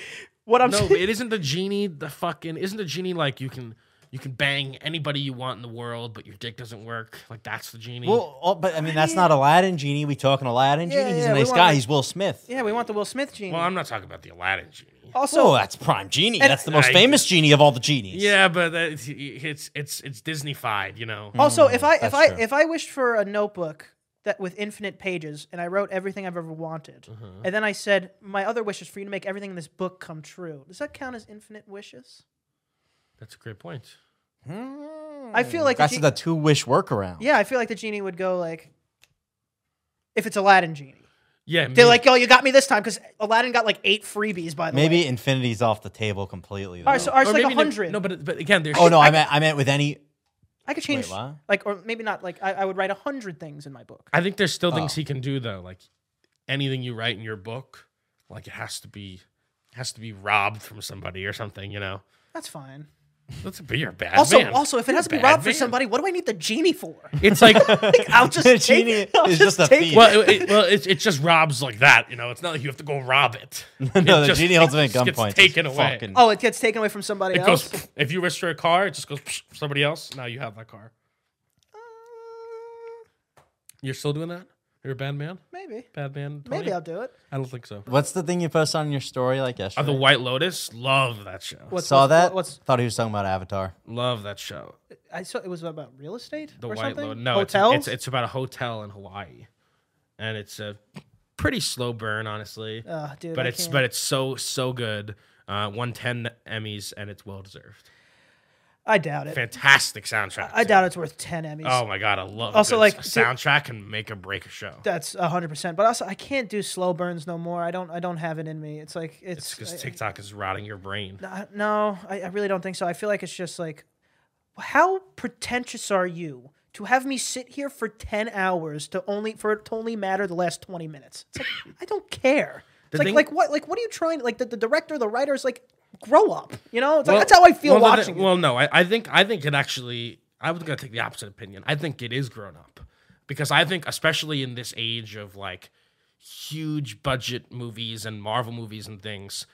[SPEAKER 3] What I'm
[SPEAKER 1] No,
[SPEAKER 3] saying.
[SPEAKER 1] but it isn't the genie. The fucking isn't the genie like you can you can bang anybody you want in the world, but your dick doesn't work. Like that's the genie.
[SPEAKER 2] well, oh, but I mean that's not Aladdin genie. We talking Aladdin
[SPEAKER 3] Yeah,
[SPEAKER 2] genie? He's
[SPEAKER 3] yeah,
[SPEAKER 2] a
[SPEAKER 3] we
[SPEAKER 2] nice
[SPEAKER 3] want
[SPEAKER 2] guy.
[SPEAKER 3] to-
[SPEAKER 2] He's Will Smith.
[SPEAKER 3] yeah, we want the Will Smith genie.
[SPEAKER 1] well, I'm not talking about the Aladdin genie.
[SPEAKER 3] also,
[SPEAKER 2] So that's prime genie. That's the most
[SPEAKER 1] I-
[SPEAKER 2] famous genie of all the genies.
[SPEAKER 1] Yeah, but that, it's- it's it's it's Disneyfied, you know.
[SPEAKER 3] Also, if I if
[SPEAKER 2] Mm, that's
[SPEAKER 3] I
[SPEAKER 2] true.
[SPEAKER 3] if I wished for a notebook that with infinite pages and I wrote everything I've ever wanted,
[SPEAKER 2] Mm-hmm.
[SPEAKER 3] and then I said my other wish is for you to make everything in this book come true. Does that count as infinite wishes?
[SPEAKER 1] That's a great point.
[SPEAKER 3] Hmm. I feel like the
[SPEAKER 2] that's
[SPEAKER 3] gen-
[SPEAKER 2] the two wish workaround.
[SPEAKER 3] yeah, I feel like the genie would go like, if it's Aladdin genie,
[SPEAKER 1] Yeah, me-
[SPEAKER 3] they're like, oh, you got me this time because Aladdin got like eight freebies by the way.
[SPEAKER 2] Maybe infinity's off the table completely.
[SPEAKER 3] All right,
[SPEAKER 2] though.
[SPEAKER 3] so ours
[SPEAKER 1] or
[SPEAKER 3] like
[SPEAKER 1] maybe
[SPEAKER 3] a
[SPEAKER 1] no-
[SPEAKER 3] hundred.
[SPEAKER 1] No, but but again, there's
[SPEAKER 2] oh no, I meant I meant with any.
[SPEAKER 3] I could change
[SPEAKER 2] what?
[SPEAKER 3] like, or maybe not. Like, I, I would write a hundred things in my book.
[SPEAKER 2] Oh.
[SPEAKER 1] I think there's still things he can do though, like anything you write in your book, Like it has to be has to be robbed from somebody or something, you know.
[SPEAKER 3] That's fine.
[SPEAKER 1] That's a but you're a bad
[SPEAKER 3] Also,
[SPEAKER 1] man.
[SPEAKER 3] also, if it
[SPEAKER 1] You're
[SPEAKER 3] has
[SPEAKER 1] a
[SPEAKER 3] to be
[SPEAKER 1] bad
[SPEAKER 3] robbed for
[SPEAKER 1] man.
[SPEAKER 3] somebody, what do I need the genie for?
[SPEAKER 1] it's like
[SPEAKER 3] Like, I'll just
[SPEAKER 2] The
[SPEAKER 3] take,
[SPEAKER 2] genie
[SPEAKER 3] I'll
[SPEAKER 2] is
[SPEAKER 3] just
[SPEAKER 2] just a
[SPEAKER 3] take
[SPEAKER 2] thief.
[SPEAKER 3] it.
[SPEAKER 1] well, it, it- well, it's it's just robs like that, you know. It's not like you have to go rob it. It
[SPEAKER 2] no, the
[SPEAKER 1] just-
[SPEAKER 2] genie holds
[SPEAKER 1] it
[SPEAKER 2] him at
[SPEAKER 1] just gets
[SPEAKER 2] gunpoint.
[SPEAKER 1] Taken
[SPEAKER 2] Just
[SPEAKER 1] away.
[SPEAKER 2] fucking-
[SPEAKER 3] Oh, it gets taken away from somebody
[SPEAKER 1] It
[SPEAKER 3] else.
[SPEAKER 1] goes. If you register a car, it just goes. Somebody else. Now you have that car. You're still doing that. You're a bad man.
[SPEAKER 3] Mm, Maybe,
[SPEAKER 1] Bad man. Tony?
[SPEAKER 3] maybe I'll do it.
[SPEAKER 1] I don't think so.
[SPEAKER 2] What's the thing you posted on your story like yesterday?
[SPEAKER 1] Oh, the White Lotus. Love that show.
[SPEAKER 3] What's,
[SPEAKER 2] Saw
[SPEAKER 3] what's-
[SPEAKER 2] that?
[SPEAKER 3] What's
[SPEAKER 2] Thought he was talking about Avatar.
[SPEAKER 1] Love that show.
[SPEAKER 3] I saw? It was about real estate
[SPEAKER 1] The
[SPEAKER 3] or
[SPEAKER 1] White
[SPEAKER 3] something.
[SPEAKER 1] Lotus. No, it's-
[SPEAKER 3] hotels.
[SPEAKER 1] It's, it's about a hotel in Hawaii, and it's a pretty slow burn, honestly.
[SPEAKER 3] Ugh, Uh, dude,
[SPEAKER 1] but
[SPEAKER 3] I
[SPEAKER 1] it's
[SPEAKER 3] can't.
[SPEAKER 1] but it's so so good. Uh, won ten Emmys, and it's well deserved.
[SPEAKER 3] I doubt it.
[SPEAKER 1] Fantastic soundtrack.
[SPEAKER 3] I
[SPEAKER 1] too.
[SPEAKER 3] doubt it's worth ten Emmys.
[SPEAKER 1] Oh my god, I love.
[SPEAKER 3] Also,
[SPEAKER 1] Also,
[SPEAKER 3] like,
[SPEAKER 1] like soundtrack can make or break a show.
[SPEAKER 3] That's hundred percent. But also, I can't do slow burns no more. I don't. I don't have it in me. It's like
[SPEAKER 1] It's
[SPEAKER 3] it's.
[SPEAKER 1] because
[SPEAKER 3] I-
[SPEAKER 1] TikTok is rotting your brain.
[SPEAKER 3] I- no, I, I really don't think so. I feel like it's just like, how pretentious are you to have me sit here for ten hours to only for it to only matter the last twenty minutes? It's like I don't care. It's
[SPEAKER 1] The
[SPEAKER 3] like
[SPEAKER 1] thing-
[SPEAKER 3] like what like what are you trying? Like the, the director, the writer is like, grow up. You know, it's
[SPEAKER 1] Well-
[SPEAKER 3] like that's how I feel
[SPEAKER 1] well, the
[SPEAKER 3] watching.
[SPEAKER 1] thi- well, no, I, I think I think it actually. I was gonna take the opposite opinion. I think it is grown up because I think, especially in this age of like huge budget movies and Marvel movies and things,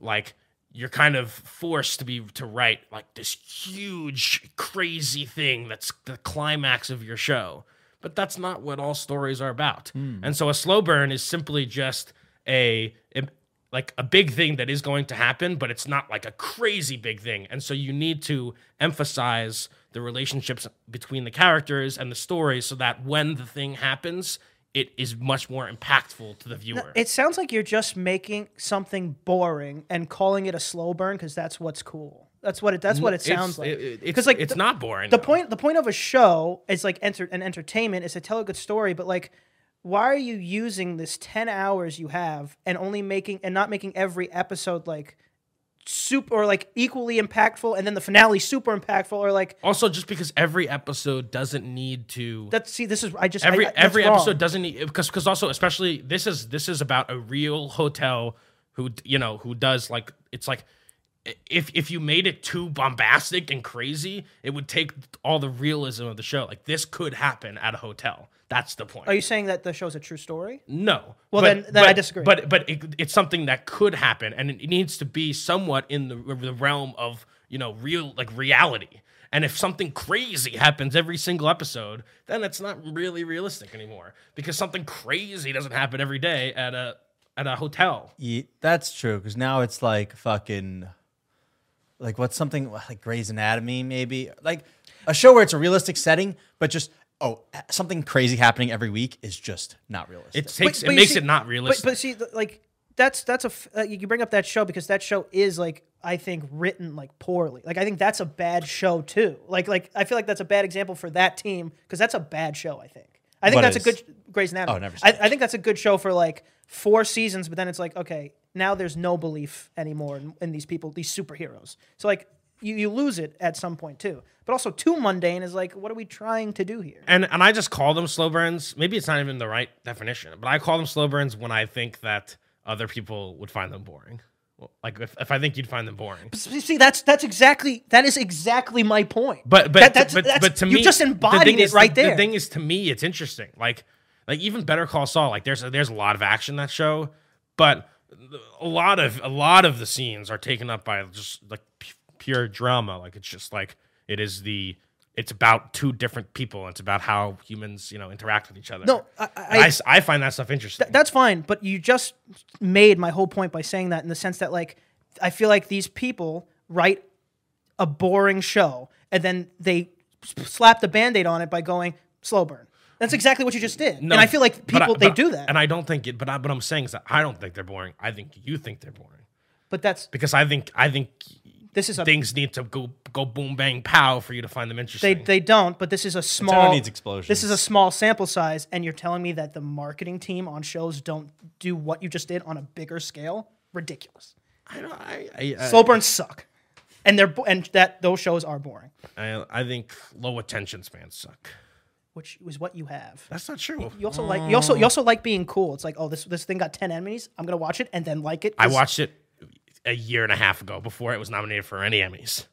[SPEAKER 1] like you're kind of forced to be to write like this huge crazy thing that's the climax of your show but that's not what all stories are about
[SPEAKER 3] Hmm.
[SPEAKER 1] and so a slow burn is simply just a im- like a big thing that is going to happen but it's not like a crazy big thing and so you need to emphasize the relationships between the characters and the story so that when the thing happens it is much more impactful to the viewer
[SPEAKER 3] It sounds like you're just making something boring and calling it a slow burn because that's what's cool. That's what it. That's what it sounds like.
[SPEAKER 1] it- it-
[SPEAKER 3] 'Cause,
[SPEAKER 1] it's
[SPEAKER 3] like,
[SPEAKER 1] like it's
[SPEAKER 3] the-
[SPEAKER 1] not boring
[SPEAKER 3] the
[SPEAKER 1] though.
[SPEAKER 3] point the point of a show is like enter an entertainment is to tell a good story but like why are you using this 10 hours you have and only making and not making every episode like super or like equally impactful and then the finale super impactful or like
[SPEAKER 1] Also, just because every episode doesn't need to
[SPEAKER 3] that's see this is i just I-
[SPEAKER 1] every
[SPEAKER 3] I- that's
[SPEAKER 1] every
[SPEAKER 3] wrong.
[SPEAKER 1] episode doesn't need because because also especially this is this is about a real hotel who d- you know who does like it's like i- if if you made it too bombastic and crazy, it would take all the realism of the show. Like this could happen at a hotel. That's the point.
[SPEAKER 3] are you saying that the show's a true story
[SPEAKER 1] No.
[SPEAKER 3] Well, then- then I disagree.
[SPEAKER 1] But but it, it's something that could happen, and it needs to be somewhat in the, the realm of you know real like reality. And if something crazy happens every single episode, then it's not really realistic anymore because something crazy doesn't happen every day at a at a hotel.
[SPEAKER 2] Ye- that's true. Because now it's like fucking, like what's something like Grey's Anatomy, maybe like a show where it's a realistic setting, but just oh something crazy happening every week is just not realistic.
[SPEAKER 1] It takes it
[SPEAKER 3] you
[SPEAKER 1] makes
[SPEAKER 3] see-
[SPEAKER 1] it not
[SPEAKER 3] but-
[SPEAKER 1] realistic.
[SPEAKER 3] But, see, th- like that's that's a f- uh, you bring up that show because that show is like I think written like poorly. Like I think that's a bad show too. Like like I feel like that's a bad example for that team because that's a bad show. I think I think
[SPEAKER 2] What
[SPEAKER 3] that's a
[SPEAKER 2] is?
[SPEAKER 3] good Grey's Anatomy.
[SPEAKER 2] Oh, never seen
[SPEAKER 3] I, I think that's a good show for like four seasons, but then it's like okay, now there's no belief anymore in, in these people, these superheroes. So like. You, you lose it at some point too, but also too mundane is like, what are we trying to do here?
[SPEAKER 1] and and I just call them slow burns. Maybe it's not even the right definition, but I call them slow burns when I think that other people would find them boring. Well, Like if, if I think you'd find them boring.
[SPEAKER 3] See, see, that's that's exactly that is exactly my point.
[SPEAKER 1] But but
[SPEAKER 3] That- that's-
[SPEAKER 1] but,
[SPEAKER 3] that's-
[SPEAKER 1] but to
[SPEAKER 3] you
[SPEAKER 1] me,
[SPEAKER 3] just
[SPEAKER 1] the thing
[SPEAKER 3] embodied it
[SPEAKER 1] is-
[SPEAKER 3] right
[SPEAKER 1] the-
[SPEAKER 3] there.
[SPEAKER 1] The thing is, to me, it's interesting. Like like even Better Call Saul, like there's a, there's a lot of action in that show, but a lot of a lot of the scenes are taken up by just like p- pure drama. Like it's just like it is the it's about two different people. It's about how humans you know interact with each other.
[SPEAKER 3] No, I-
[SPEAKER 1] And
[SPEAKER 3] I-
[SPEAKER 1] I, s- I find that stuff interesting.
[SPEAKER 3] that's fine. But you just made my whole point by saying that in the sense that like I feel like these people write a boring show and then they s- slap the band-aid on it by going slow burn. That's exactly what you just did.
[SPEAKER 1] No,
[SPEAKER 3] and I feel like
[SPEAKER 1] but I-
[SPEAKER 3] people they
[SPEAKER 1] but-
[SPEAKER 3] do that.
[SPEAKER 1] and I don't think it. But I, what I'm saying is that I don't think they're boring. I think you think they're boring
[SPEAKER 3] but that's
[SPEAKER 1] because I think I think
[SPEAKER 3] this is a
[SPEAKER 1] things need to go go boom bang pow for you to find them
[SPEAKER 3] They,
[SPEAKER 1] interesting.
[SPEAKER 3] they don't, but this is a small
[SPEAKER 2] needs
[SPEAKER 3] This is a
[SPEAKER 2] explosions.
[SPEAKER 3] small sample size, and you're telling me that the marketing team on shows don't do what you just did on a bigger scale? Ridiculous.
[SPEAKER 1] I, don't, I, I, I,
[SPEAKER 3] Slow burns suck, and they're bo- and that those shows are boring.
[SPEAKER 1] I I think low attention spans suck.
[SPEAKER 3] which is what you have.
[SPEAKER 1] That's not true.
[SPEAKER 3] You also like you also you also like being cool. It's like, oh, this this thing got ten enemies. I'm gonna watch it and then like it.
[SPEAKER 1] I
[SPEAKER 3] 'cause-
[SPEAKER 1] watched it a year and a half ago before it was nominated for any Emmys.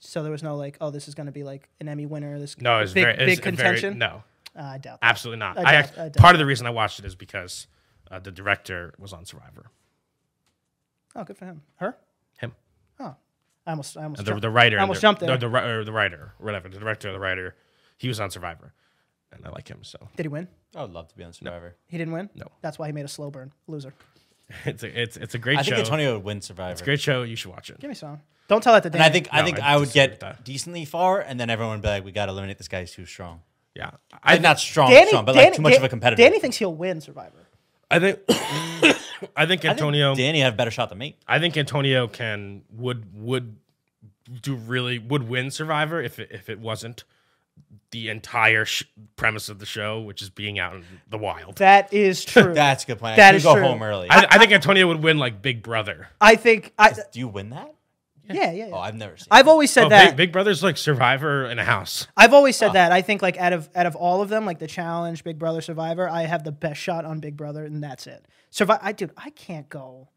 [SPEAKER 3] So there was no like, oh, this is gonna be like an Emmy winner. This
[SPEAKER 1] No, it's
[SPEAKER 3] big
[SPEAKER 1] very
[SPEAKER 3] big
[SPEAKER 1] it's a very-
[SPEAKER 3] contention.
[SPEAKER 1] no,
[SPEAKER 3] Uh, I doubt. That.
[SPEAKER 1] absolutely not.
[SPEAKER 3] I
[SPEAKER 1] I,
[SPEAKER 3] doubt-
[SPEAKER 1] act-
[SPEAKER 3] I doubt
[SPEAKER 1] part of the reason I watched it is because uh, the director was on Survivor.
[SPEAKER 3] Oh, good for him. Her.
[SPEAKER 1] Him,
[SPEAKER 3] Oh, I almost I almost
[SPEAKER 1] the,
[SPEAKER 3] jumped-
[SPEAKER 1] the writer,
[SPEAKER 3] I
[SPEAKER 1] and
[SPEAKER 3] almost
[SPEAKER 1] the,
[SPEAKER 3] jumped there.
[SPEAKER 1] no, The, ri- or the writer, whatever, the director, or the writer, he was on Survivor, and I like him so.
[SPEAKER 3] Did he win?
[SPEAKER 2] I would love to be on Survivor.
[SPEAKER 3] He didn't win.
[SPEAKER 1] No.
[SPEAKER 3] That's why he made a slow burn. Loser.
[SPEAKER 1] It's a, it's it's a great
[SPEAKER 2] I
[SPEAKER 1] show.
[SPEAKER 2] think Antonio would win Survivor.
[SPEAKER 1] great show. You should watch it.
[SPEAKER 3] Give me some. Don't tell that to Dan.
[SPEAKER 2] And I think I
[SPEAKER 1] No,
[SPEAKER 2] think
[SPEAKER 1] I
[SPEAKER 2] I, would
[SPEAKER 1] disagree
[SPEAKER 2] get
[SPEAKER 1] with that.
[SPEAKER 2] decently far, and then everyone would be like, "We got to eliminate this guy. He's too strong.
[SPEAKER 1] Yeah,
[SPEAKER 2] I,
[SPEAKER 1] I
[SPEAKER 2] like, not strong,
[SPEAKER 3] Danny,
[SPEAKER 2] strong, but
[SPEAKER 3] Danny,
[SPEAKER 2] like too much
[SPEAKER 3] Dan-
[SPEAKER 2] of a competitor."
[SPEAKER 3] Danny thinks he'll win Survivor.
[SPEAKER 1] I think I think
[SPEAKER 2] I think
[SPEAKER 1] Antonio. I think,
[SPEAKER 2] Danny had a better shot than me.
[SPEAKER 1] Antonio can would would do really would win Survivor if it, if it wasn't the entire sh- premise of the show, which is being out in the wild.
[SPEAKER 3] That is true.
[SPEAKER 2] That's a good point.
[SPEAKER 3] That
[SPEAKER 2] I should
[SPEAKER 3] is
[SPEAKER 2] go
[SPEAKER 3] true.
[SPEAKER 2] home early.
[SPEAKER 1] I, I think Antonio would win like Big Brother.
[SPEAKER 3] I think I.
[SPEAKER 2] Do you win that?
[SPEAKER 3] Yeah, yeah. yeah.
[SPEAKER 2] Oh, I've never seen.
[SPEAKER 3] I've always said
[SPEAKER 1] Oh,
[SPEAKER 3] that.
[SPEAKER 1] Big, Big Brother's like Survivor in a house.
[SPEAKER 3] I've always
[SPEAKER 2] Ah.
[SPEAKER 3] said that. I think like out of out of all of them, like the challenge, Big Brother, Survivor, I have the best shot on Big Brother, and that's it. Survivor, I dude, I can't go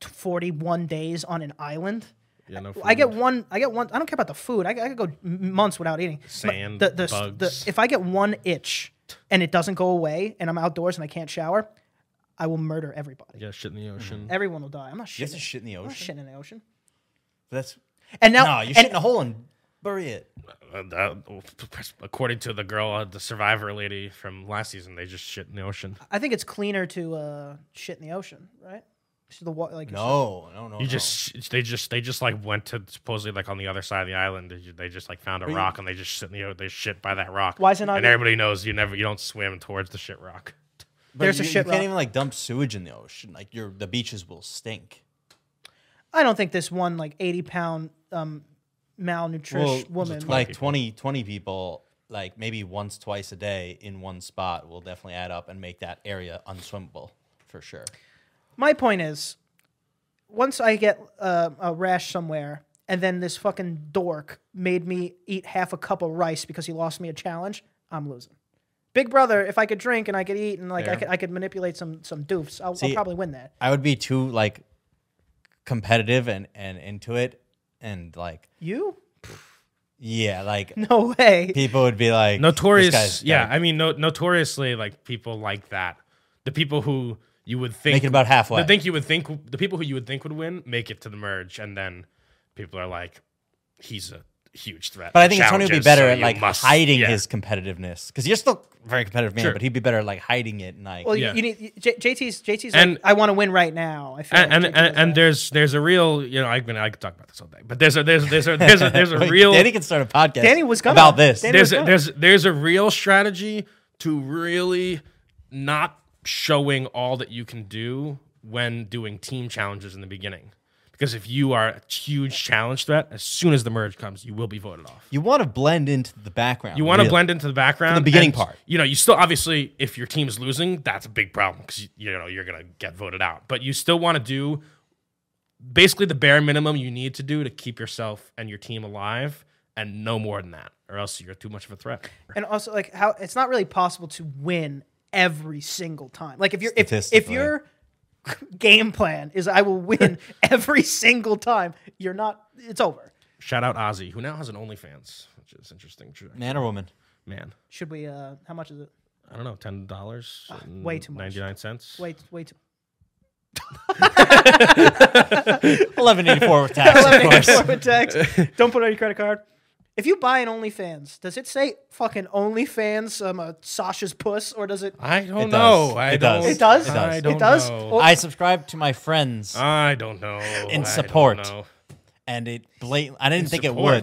[SPEAKER 3] forty one days on an island.
[SPEAKER 1] You know,
[SPEAKER 3] I get one. I get one. I don't care about the food. I, I could go m- months without eating. But
[SPEAKER 1] Sand,
[SPEAKER 3] the- the-
[SPEAKER 1] Mm, bugs.
[SPEAKER 3] the- if I get one itch and it doesn't go away, and I'm outdoors and I can't shower, I will murder everybody.
[SPEAKER 1] yeah, shit in the ocean.
[SPEAKER 3] Everyone will die. I'm not
[SPEAKER 2] You
[SPEAKER 3] shitting.
[SPEAKER 2] have to shit in the
[SPEAKER 3] I'm not
[SPEAKER 2] ocean.
[SPEAKER 3] shitting in the ocean.
[SPEAKER 2] That's
[SPEAKER 3] And now,
[SPEAKER 2] no. You
[SPEAKER 3] and-
[SPEAKER 2] shit in a hole and bury it.
[SPEAKER 1] Uh, that- according to the girl, uh, the Survivor lady from last season, they just shit in the ocean.
[SPEAKER 3] I think it's cleaner to uh, shit in the ocean, right? So the wa- like
[SPEAKER 2] No, no, no.
[SPEAKER 1] You
[SPEAKER 2] no.
[SPEAKER 1] just they just they just like went to supposedly like on the other side of the island. They ju- They just like found a
[SPEAKER 2] But you-
[SPEAKER 1] rock and they just sit in the they shit by that rock.
[SPEAKER 3] Why is it not- e-,
[SPEAKER 1] And everybody knows you never you don't swim towards the shit rock.
[SPEAKER 2] But
[SPEAKER 3] there's a
[SPEAKER 2] you,
[SPEAKER 3] shit
[SPEAKER 2] You can't
[SPEAKER 3] rock.
[SPEAKER 2] even like dump sewage in the ocean. Like your the beaches will stink.
[SPEAKER 3] I don't think this one like eighty pound um, malnourished woman.
[SPEAKER 1] twenty.
[SPEAKER 2] like
[SPEAKER 1] people.
[SPEAKER 2] 20, 20 people, like maybe once, twice a day in one spot will definitely add up and make that area unswimmable for sure.
[SPEAKER 3] My point is, once I get uh, a rash somewhere, and then this fucking dork made me eat half a cup of rice because he lost me a challenge, I'm losing. Big Brother, if I could drink and I could eat and like I
[SPEAKER 1] Fair.
[SPEAKER 3] could, I could manipulate some some doofs, I'll, I'll
[SPEAKER 2] See-
[SPEAKER 3] probably win that.
[SPEAKER 2] I would be too like competitive and and into it, and like
[SPEAKER 3] You?
[SPEAKER 2] yeah, like
[SPEAKER 3] No way.
[SPEAKER 2] people would be like "This
[SPEAKER 1] Notorious,
[SPEAKER 2] guy's
[SPEAKER 1] yeah.
[SPEAKER 2] gotta
[SPEAKER 1] I mean, no, notoriously, like people like that, the people who you would think
[SPEAKER 2] make it about halfway.
[SPEAKER 1] the think you would think the people who you would think would win make it to the merge, and then people are like, he's a huge threat.
[SPEAKER 2] but I think Antonio would be
[SPEAKER 1] Challenges,
[SPEAKER 2] better
[SPEAKER 1] so
[SPEAKER 2] at
[SPEAKER 1] you
[SPEAKER 2] like
[SPEAKER 1] must-
[SPEAKER 2] hiding
[SPEAKER 1] yeah.
[SPEAKER 2] his competitiveness because you're still a very competitive man,
[SPEAKER 1] Sure.
[SPEAKER 2] but he'd be better at like hiding it and like
[SPEAKER 3] Well,
[SPEAKER 1] Yeah.
[SPEAKER 3] you, you need J- JT's JT's
[SPEAKER 1] And-
[SPEAKER 3] like I want to win right now. I feel
[SPEAKER 1] and and,
[SPEAKER 3] like JT does
[SPEAKER 1] and, and
[SPEAKER 3] that.
[SPEAKER 1] there's there's a real you know I mean I could talk about this all day but there's a there's there's a there's a, there's a
[SPEAKER 2] Wait,
[SPEAKER 1] real
[SPEAKER 2] Danny can start a podcast.
[SPEAKER 3] Danny was gonna.
[SPEAKER 2] about this.
[SPEAKER 3] Danny-
[SPEAKER 1] there's
[SPEAKER 3] was
[SPEAKER 1] a,
[SPEAKER 3] done.
[SPEAKER 1] there's there's a real strategy to really not showing all that you can do when doing team challenges in the beginning because if you are a huge challenge threat as soon as the merge comes you will be voted off
[SPEAKER 2] you want to blend into the background.
[SPEAKER 1] you want to
[SPEAKER 2] really.
[SPEAKER 1] blend into the background
[SPEAKER 2] the beginning
[SPEAKER 1] and,
[SPEAKER 2] part.
[SPEAKER 1] you know you still obviously if your team's losing that's a big problem because you, you know you're gonna get voted out but you still want to do basically the bare minimum you need to do to keep yourself and your team alive and no more than that or else you're too much of a threat
[SPEAKER 3] and also like how it's not really possible to win every single time. Like if you're if, if
[SPEAKER 2] Statistically.
[SPEAKER 3] your game plan is I will win every single time, you're not. It's over.
[SPEAKER 1] Shout out Ozzy, who now has an OnlyFans, which is interesting. tr-
[SPEAKER 2] man or woman.
[SPEAKER 1] Man,
[SPEAKER 3] Should we? uh How much is it?
[SPEAKER 1] I don't know, ten dollars,
[SPEAKER 3] Ah, way too much.
[SPEAKER 1] ninety nine cents.
[SPEAKER 3] Wait, wait.
[SPEAKER 2] Eleven eighty four with tax, of course.
[SPEAKER 3] Corporate tax. Don't put it on your credit card. If you buy an OnlyFans, does it say fucking OnlyFans um, uh, Sasha's puss or does it?
[SPEAKER 1] I don't
[SPEAKER 2] It does.
[SPEAKER 1] know. I
[SPEAKER 2] It
[SPEAKER 1] don't,
[SPEAKER 2] does.
[SPEAKER 3] It does.
[SPEAKER 2] It
[SPEAKER 1] I
[SPEAKER 2] does.
[SPEAKER 1] don't
[SPEAKER 3] It does.
[SPEAKER 1] know.
[SPEAKER 3] Or-
[SPEAKER 2] I subscribe to my friends,
[SPEAKER 1] I don't know. I don't
[SPEAKER 2] support.
[SPEAKER 1] know.
[SPEAKER 2] and it blatant. I didn't think
[SPEAKER 1] Support.
[SPEAKER 2] it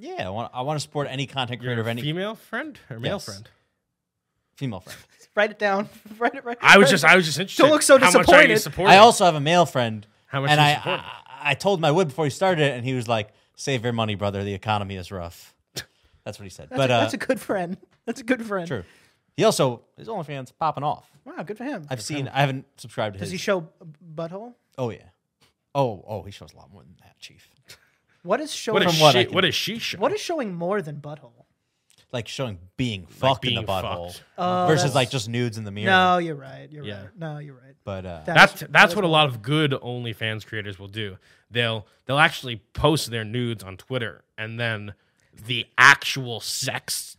[SPEAKER 2] would. Yeah, I want. I want to support any content creator
[SPEAKER 1] Your
[SPEAKER 2] of any
[SPEAKER 1] female friend or male
[SPEAKER 2] Yes.
[SPEAKER 1] friend?
[SPEAKER 2] female friend.
[SPEAKER 3] Write it down. write it. Write,
[SPEAKER 1] I was
[SPEAKER 3] write it
[SPEAKER 1] just,
[SPEAKER 3] down.
[SPEAKER 1] I was just interested.
[SPEAKER 3] look so
[SPEAKER 1] How much are you
[SPEAKER 3] disappointed.
[SPEAKER 1] supporting?
[SPEAKER 2] I also have a male friend.
[SPEAKER 1] How much
[SPEAKER 2] And
[SPEAKER 1] do you
[SPEAKER 2] I,
[SPEAKER 1] support?
[SPEAKER 2] I, I told my wood before he started it, and he was like, "Save your money, brother. The economy is rough." That's what he said. but
[SPEAKER 3] that's, a,
[SPEAKER 2] uh,
[SPEAKER 3] that's a good friend. That's a good friend.
[SPEAKER 2] true. He also his OnlyFans popping off.
[SPEAKER 3] Wow, good for him.
[SPEAKER 2] I've seen. I haven't subscribed to
[SPEAKER 3] Does
[SPEAKER 2] his.
[SPEAKER 3] he show b- butthole?
[SPEAKER 2] oh yeah. Oh oh, he shows a lot more than that, Chief.
[SPEAKER 3] What is showing?
[SPEAKER 1] What is
[SPEAKER 2] from what I
[SPEAKER 1] she?
[SPEAKER 2] can-
[SPEAKER 1] What is she? Show?
[SPEAKER 3] What is showing more than butthole?
[SPEAKER 2] like showing being fucked in
[SPEAKER 1] being
[SPEAKER 2] the butthole
[SPEAKER 1] fucked.
[SPEAKER 2] versus
[SPEAKER 3] Oh, that's-
[SPEAKER 2] like just nudes in the mirror.
[SPEAKER 3] No, you're right. You're
[SPEAKER 1] Yeah.
[SPEAKER 3] right. No, you're right.
[SPEAKER 2] But uh,
[SPEAKER 3] That-
[SPEAKER 1] That's
[SPEAKER 3] was-
[SPEAKER 1] that's
[SPEAKER 3] was
[SPEAKER 1] what a lot of good OnlyFans creators will do. They'll they'll actually post their nudes on Twitter, and then the actual sex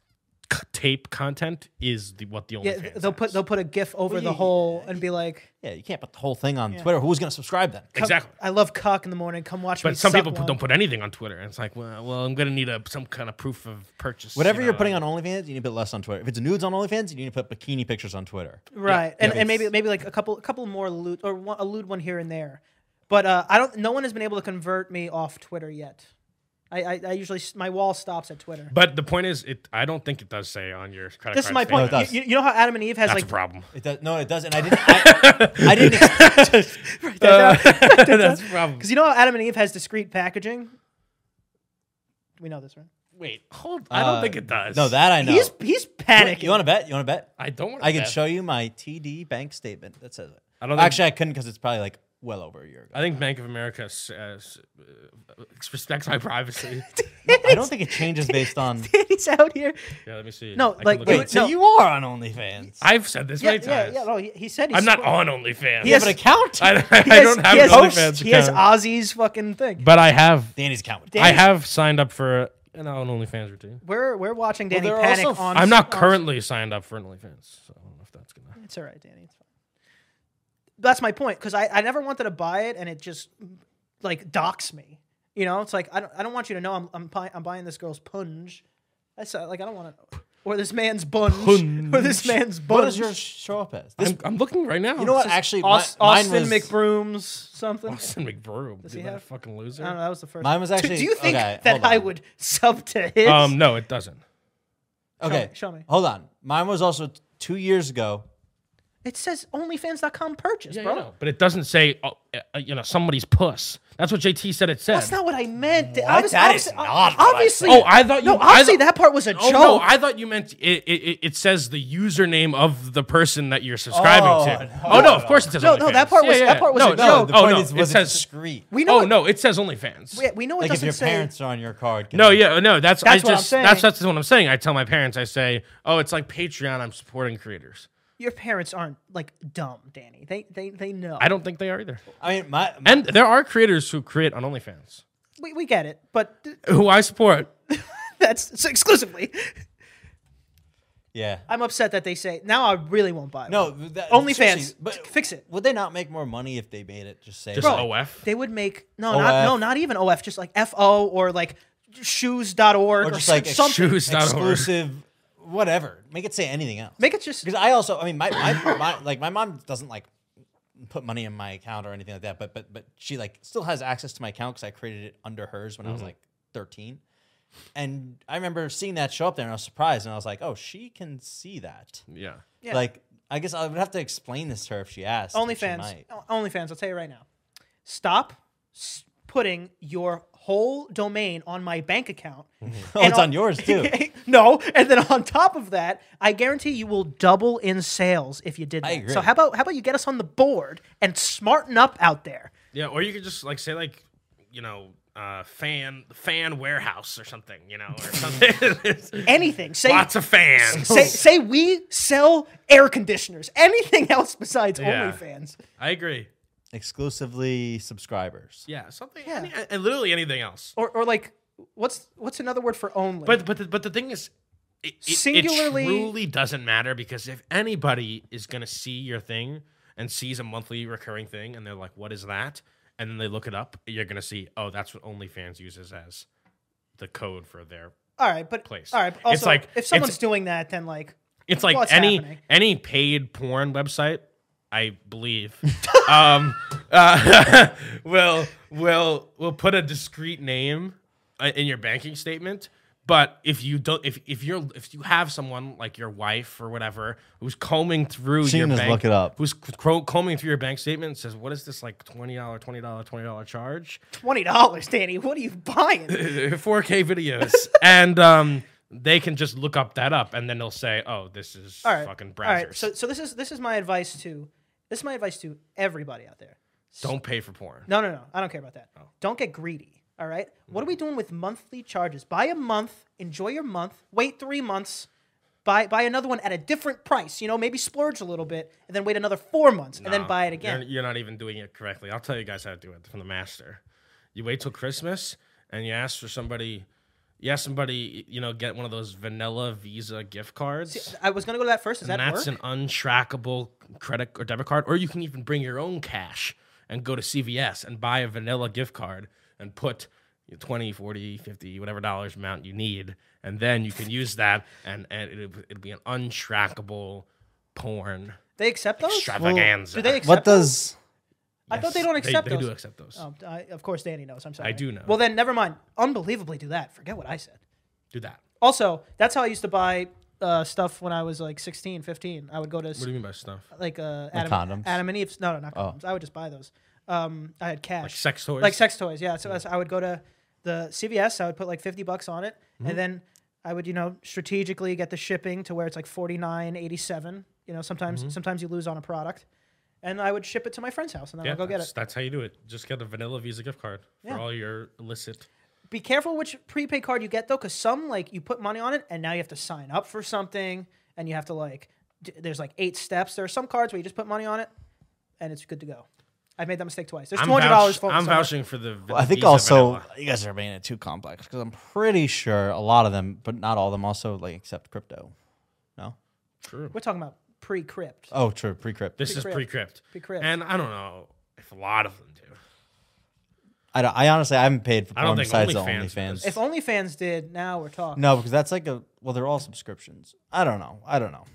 [SPEAKER 1] c- tape content is the, what the OnlyFans.
[SPEAKER 3] Yeah, th- they'll put
[SPEAKER 1] has.
[SPEAKER 3] they'll put a GIF over the
[SPEAKER 2] yeah,
[SPEAKER 3] whole and be like,
[SPEAKER 2] yeah, you can't put the whole thing on Twitter. Who's gonna subscribe then?
[SPEAKER 3] "Come-
[SPEAKER 1] exactly.
[SPEAKER 3] I love cock in the morning. Come watch me.
[SPEAKER 1] But some
[SPEAKER 3] suck
[SPEAKER 1] people put-
[SPEAKER 3] one."
[SPEAKER 1] don't put anything on Twitter, and it's like, well, well I'm gonna need a some kind of proof of purchase.
[SPEAKER 2] Whatever
[SPEAKER 1] you
[SPEAKER 2] you are
[SPEAKER 1] know?
[SPEAKER 2] putting on OnlyFans, you need to put less on Twitter. If it's nudes on OnlyFans, you need to put bikini pictures on Twitter.
[SPEAKER 3] right and,
[SPEAKER 2] yeah.
[SPEAKER 3] and maybe maybe like a couple a couple more lewd or one, a lewd one here and there but uh, i don't no one has been able to convert me off twitter yet i i, I usually s- my wall stops at twitter
[SPEAKER 1] But the point is, it I don't think it does say on your credit.
[SPEAKER 3] this is
[SPEAKER 1] card
[SPEAKER 3] my point
[SPEAKER 1] statement.
[SPEAKER 2] does.
[SPEAKER 3] you, you know how adam and eve has
[SPEAKER 1] That's
[SPEAKER 3] like
[SPEAKER 1] a problem.
[SPEAKER 2] It does, no, it doesn't. I didn't. I, I didn't. Ex-
[SPEAKER 1] That's a problem.
[SPEAKER 3] because you know how adam and eve has discrete packaging we know this right
[SPEAKER 1] Wait, hold. I don't think it does.
[SPEAKER 2] Uh, no, that I know.
[SPEAKER 3] he's he's panicking
[SPEAKER 2] You want to bet? You want to bet?
[SPEAKER 1] I don't. wanna
[SPEAKER 2] I can
[SPEAKER 1] bet.
[SPEAKER 2] show you my TD bank statement that says it.
[SPEAKER 1] I don't think-
[SPEAKER 2] Actually, I couldn't because it's probably like well over a year ago.
[SPEAKER 1] I think Bank of America s- uh, s- uh, respects my privacy.
[SPEAKER 2] I don't think it changes based on.
[SPEAKER 3] he's out here
[SPEAKER 1] yeah, let me see.
[SPEAKER 3] No,
[SPEAKER 1] I can
[SPEAKER 3] like,
[SPEAKER 1] look
[SPEAKER 3] wait,
[SPEAKER 1] it up.
[SPEAKER 2] Wait, so
[SPEAKER 3] No.
[SPEAKER 2] you are on OnlyFans?
[SPEAKER 1] I've said this
[SPEAKER 3] yeah
[SPEAKER 1] many
[SPEAKER 3] yeah,
[SPEAKER 1] times.
[SPEAKER 3] yeah no he, he said he's
[SPEAKER 1] I'm not
[SPEAKER 3] spo-
[SPEAKER 1] on OnlyFans.
[SPEAKER 3] He
[SPEAKER 2] you
[SPEAKER 3] has-
[SPEAKER 2] have an account.
[SPEAKER 1] I, I
[SPEAKER 3] he has-
[SPEAKER 1] don't have
[SPEAKER 3] he
[SPEAKER 1] an
[SPEAKER 3] has,
[SPEAKER 1] OnlyFans
[SPEAKER 3] he has
[SPEAKER 1] account,
[SPEAKER 3] ozzy's fucking thing
[SPEAKER 1] but I have.
[SPEAKER 2] Danny's account.
[SPEAKER 1] I have signed up for you know, an OnlyFans routine.
[SPEAKER 3] we're we're watching danny
[SPEAKER 2] there are
[SPEAKER 3] panic
[SPEAKER 2] also-
[SPEAKER 3] on
[SPEAKER 1] I'm not
[SPEAKER 3] on-
[SPEAKER 1] currently signed up for an OnlyFans, so I don't know if that's gonna.
[SPEAKER 3] It's all right, Danny. It's fine. That's my point because I, I never wanted to buy it and it just like docks me. You know, it's like I don't, I don't want you to know I'm I'm, buy, I'm buying this girl's punge. That's uh, like I don't want to or this man's bunge or this man's bunge.
[SPEAKER 2] What does yours show up as? This,
[SPEAKER 1] I'm, I'm looking right now.
[SPEAKER 2] you know what? Actually, mi-
[SPEAKER 3] Aus-
[SPEAKER 2] mine
[SPEAKER 3] Austin
[SPEAKER 2] was.
[SPEAKER 3] McBrooms something?
[SPEAKER 1] Austin McBroom. Does
[SPEAKER 3] he
[SPEAKER 1] he that
[SPEAKER 3] have-
[SPEAKER 1] fucking
[SPEAKER 3] I don't know.
[SPEAKER 1] loser?
[SPEAKER 3] That was the first.
[SPEAKER 2] Mine was
[SPEAKER 3] Do-
[SPEAKER 2] actually.
[SPEAKER 3] Do you think
[SPEAKER 2] okay,
[SPEAKER 3] that
[SPEAKER 2] hold on.
[SPEAKER 3] I would sub to his?
[SPEAKER 1] Um, no, it doesn't.
[SPEAKER 2] Okay,
[SPEAKER 3] me, show me.
[SPEAKER 2] Hold on. Mine was also t- two years ago.
[SPEAKER 3] it says OnlyFans.com purchase,
[SPEAKER 1] Yeah,
[SPEAKER 3] bro.
[SPEAKER 1] you know, but it doesn't say, oh, uh, you know, somebody's puss. That's what JT said. It said.
[SPEAKER 3] That's not what I meant.
[SPEAKER 2] What?
[SPEAKER 3] Obviously,
[SPEAKER 2] That is
[SPEAKER 3] obviously,
[SPEAKER 2] not what I
[SPEAKER 3] obviously.
[SPEAKER 1] said. Oh, I thought
[SPEAKER 3] no.
[SPEAKER 1] you- I
[SPEAKER 3] Obviously,
[SPEAKER 1] thought-
[SPEAKER 3] that part was a
[SPEAKER 1] Oh
[SPEAKER 3] joke.
[SPEAKER 1] no! I thought you meant it. It, it, it says the username of the person that you're subscribing
[SPEAKER 2] Oh,
[SPEAKER 1] to.
[SPEAKER 2] no.
[SPEAKER 1] oh no! Of course it says.
[SPEAKER 3] No,
[SPEAKER 1] OnlyFans.
[SPEAKER 3] no, that part
[SPEAKER 1] Yeah,
[SPEAKER 3] was-
[SPEAKER 1] yeah,
[SPEAKER 3] that part was
[SPEAKER 1] no,
[SPEAKER 3] a
[SPEAKER 1] no,
[SPEAKER 3] joke.
[SPEAKER 2] the
[SPEAKER 1] Oh
[SPEAKER 2] point
[SPEAKER 1] no!
[SPEAKER 2] is,
[SPEAKER 1] it
[SPEAKER 2] was it
[SPEAKER 1] says.
[SPEAKER 2] discreet?
[SPEAKER 3] We know.
[SPEAKER 1] oh
[SPEAKER 3] it-
[SPEAKER 1] no! It says OnlyFans.
[SPEAKER 3] We, we know it
[SPEAKER 2] like if
[SPEAKER 3] doesn't
[SPEAKER 2] your
[SPEAKER 3] say.
[SPEAKER 2] parents are on your card. can
[SPEAKER 1] No,
[SPEAKER 2] they-
[SPEAKER 1] yeah, no. That's,
[SPEAKER 3] That's
[SPEAKER 1] I
[SPEAKER 3] what I'm
[SPEAKER 1] just
[SPEAKER 3] saying.
[SPEAKER 1] that's that's what I'm saying. I tell my parents. I say, oh, it's like Patreon. I'm supporting creators.
[SPEAKER 3] Your parents aren't like dumb, Danny. They they they know.
[SPEAKER 1] I don't think they are either.
[SPEAKER 2] I mean, my,
[SPEAKER 1] And there are creators who create on OnlyFans
[SPEAKER 3] We, we get it, but th-
[SPEAKER 1] who I support.
[SPEAKER 3] that's so exclusively.
[SPEAKER 2] yeah.
[SPEAKER 3] I'm upset that they say now. I really won't buy.
[SPEAKER 2] No,
[SPEAKER 3] one.
[SPEAKER 2] that,
[SPEAKER 3] OnlyFans,
[SPEAKER 2] seriously, but
[SPEAKER 3] fix it.
[SPEAKER 2] Would they not make more money if they made it? Just say,
[SPEAKER 1] Just
[SPEAKER 2] like,
[SPEAKER 1] OF.
[SPEAKER 3] They would make no,
[SPEAKER 2] OF.
[SPEAKER 3] not no, not even OF. Just like FO or like shoes.org or,
[SPEAKER 2] or
[SPEAKER 3] or
[SPEAKER 2] just like ex-
[SPEAKER 3] something.
[SPEAKER 1] Shoes.org.
[SPEAKER 2] exclusive, whatever. Make it say anything else.
[SPEAKER 3] Make it just
[SPEAKER 2] Because I also, I mean, my, my, my like my mom doesn't like put money in my account or anything like that, but but but she like still has access to my account because I created it under hers when I was like thirteen, and I remember seeing that show up there and I was surprised and I was like, oh, she can see that.
[SPEAKER 1] Yeah.
[SPEAKER 3] Yeah.
[SPEAKER 2] Like, I guess I would have to explain this to her if she asked. and she
[SPEAKER 3] OnlyFans.
[SPEAKER 2] might.
[SPEAKER 3] O- OnlyFans. I'll tell you right now. Stop s- putting your whole domain on my bank account.
[SPEAKER 1] Mm-hmm.
[SPEAKER 2] Oh,
[SPEAKER 3] And
[SPEAKER 2] it's
[SPEAKER 3] I'll-
[SPEAKER 2] on yours too.
[SPEAKER 3] no, and then on top of that, I guarantee you will double in sales if you did that.
[SPEAKER 2] I agree.
[SPEAKER 3] So how about how about you get us on the board and smarten up out there?
[SPEAKER 1] Yeah, or you could just like say like, you know, uh, fan fan warehouse or something, you know, or something.
[SPEAKER 3] Anything. Say
[SPEAKER 1] Lots of fans.
[SPEAKER 3] say say we sell air conditioners. Anything else besides
[SPEAKER 1] Yeah.
[SPEAKER 3] OnlyFans.
[SPEAKER 1] I agree.
[SPEAKER 2] Exclusively subscribers.
[SPEAKER 1] Yeah, something.
[SPEAKER 3] Yeah.
[SPEAKER 1] Any, and literally anything else.
[SPEAKER 3] Or or like what's what's another word for only?
[SPEAKER 1] But but the, but the thing is. It, it,
[SPEAKER 3] Singularly-
[SPEAKER 1] it truly doesn't matter because if anybody is gonna see your thing and sees a monthly recurring thing and they're like, "What is that?" and then they look it up, you're gonna see, "Oh, that's what OnlyFans uses as the code for their
[SPEAKER 3] all right, but
[SPEAKER 1] place.
[SPEAKER 3] all right.
[SPEAKER 1] It's
[SPEAKER 3] Also,
[SPEAKER 1] like-
[SPEAKER 3] if
[SPEAKER 1] it's-
[SPEAKER 3] someone's doing that, then like
[SPEAKER 1] It's like
[SPEAKER 3] What's
[SPEAKER 1] any
[SPEAKER 3] happening?
[SPEAKER 1] any paid porn website, I believe, um, uh, will will will put a discrete name uh, in your banking statement. But if you don't, if if you're if you have someone like your wife or whatever who's combing through
[SPEAKER 2] She
[SPEAKER 1] your
[SPEAKER 2] can just
[SPEAKER 1] bank,
[SPEAKER 2] look it up.
[SPEAKER 1] who's cro- combing through your bank statement, and says, "What is this like twenty dollar, twenty dollar, twenty dollar charge?"
[SPEAKER 3] twenty dollars, Danny, what are you buying?
[SPEAKER 1] 4K videos, and um, they can just look up that up, and then they'll say, "Oh, this is
[SPEAKER 3] All right.
[SPEAKER 1] fucking browsers."
[SPEAKER 3] All right. So so this is this is my advice to this is my advice to everybody out there.
[SPEAKER 1] Don't pay for porn. Oh.
[SPEAKER 3] No, no, no. I don't care about that. Don't get greedy. All All right.
[SPEAKER 1] Mm.
[SPEAKER 3] What are we doing with monthly charges? Buy a month, enjoy your month, wait three months, buy buy another one at a different price. You know, maybe splurge a little bit, and then wait another four months, and then
[SPEAKER 1] No,
[SPEAKER 3] buy it again.
[SPEAKER 1] Um, You're, you're not even doing it correctly. I'll tell you guys how to do it from the master. You wait till Christmas and you ask for somebody. You ask somebody, you know, get one of those vanilla Visa gift cards.
[SPEAKER 3] I was gonna go to that first. Does
[SPEAKER 1] and
[SPEAKER 3] that
[SPEAKER 1] that's
[SPEAKER 3] work?
[SPEAKER 1] an untrackable credit or debit card. Or you can even bring your own cash and go to CVS and buy a vanilla gift card and put 20, 40, 50, whatever dollars amount you need. And then you can use that and, and it'd, it'd be an untrackable porn
[SPEAKER 3] they accept those?
[SPEAKER 1] extravaganza.
[SPEAKER 3] Oh, Do they accept?
[SPEAKER 2] What
[SPEAKER 3] those?
[SPEAKER 2] does
[SPEAKER 3] I thought they don't accept
[SPEAKER 1] they,
[SPEAKER 3] those.
[SPEAKER 1] do accept those.
[SPEAKER 3] Oh, I, of course, Danny knows. I'm sorry.
[SPEAKER 1] I do know.
[SPEAKER 3] Well, then never mind. Unbelievably, do that. Forget what I said.
[SPEAKER 1] Do that.
[SPEAKER 3] Also, that's how I used to buy uh, stuff when I was like 16, 15. I would go to
[SPEAKER 1] What do you mean by stuff?
[SPEAKER 3] like uh, Adam,
[SPEAKER 2] condoms?
[SPEAKER 3] Adam and Eve's. No, no, not condoms. I would just buy those. Um, I had cash. Like
[SPEAKER 1] sex toys?
[SPEAKER 3] Like sex toys. Yeah. So that's- I would go to the CVS. I would put like fifty bucks on it,
[SPEAKER 1] Mm-hmm.
[SPEAKER 3] and then I would you know strategically get the shipping to where it's like forty nine eighty seven. You know, sometimes
[SPEAKER 1] Mm-hmm.
[SPEAKER 3] sometimes you lose on a product, and I would ship it to my friend's house, and then I'll go get
[SPEAKER 1] that's,
[SPEAKER 3] it.
[SPEAKER 1] that's how you do it. Just get a vanilla Visa gift card
[SPEAKER 3] Yeah.
[SPEAKER 1] for all your illicit.
[SPEAKER 3] Be careful which prepaid card you get though, because some like you put money on it, and now you have to sign up for something, and you have to like d- there's like eight steps. There are some cards where you just put money on it, and it's good to go. I've made that mistake twice. There's
[SPEAKER 1] I'm,
[SPEAKER 3] two hundred dollars.
[SPEAKER 1] vouch- I'm vouching for the.
[SPEAKER 2] Well, I think
[SPEAKER 1] Visa
[SPEAKER 2] also
[SPEAKER 1] vanilla.
[SPEAKER 2] you guys are making it too complex because I'm pretty sure a lot of them, but not all of them, also like accept crypto. No.
[SPEAKER 1] True.
[SPEAKER 3] We're talking about pre-crypt.
[SPEAKER 2] Oh, true. Pre-crypt.
[SPEAKER 1] This is
[SPEAKER 3] Pre-crypt.
[SPEAKER 1] pre-crypt.
[SPEAKER 3] Pre-crypt.
[SPEAKER 1] And I don't know if a lot of them do.
[SPEAKER 2] I, don't- I honestly I haven't paid for
[SPEAKER 1] I don't
[SPEAKER 2] porn
[SPEAKER 1] think
[SPEAKER 2] besides the
[SPEAKER 1] OnlyFans
[SPEAKER 2] OnlyFans.
[SPEAKER 1] is.
[SPEAKER 3] If OnlyFans did, now we're talking.
[SPEAKER 2] no, because that's like a well, they're all subscriptions. I don't know. I don't know.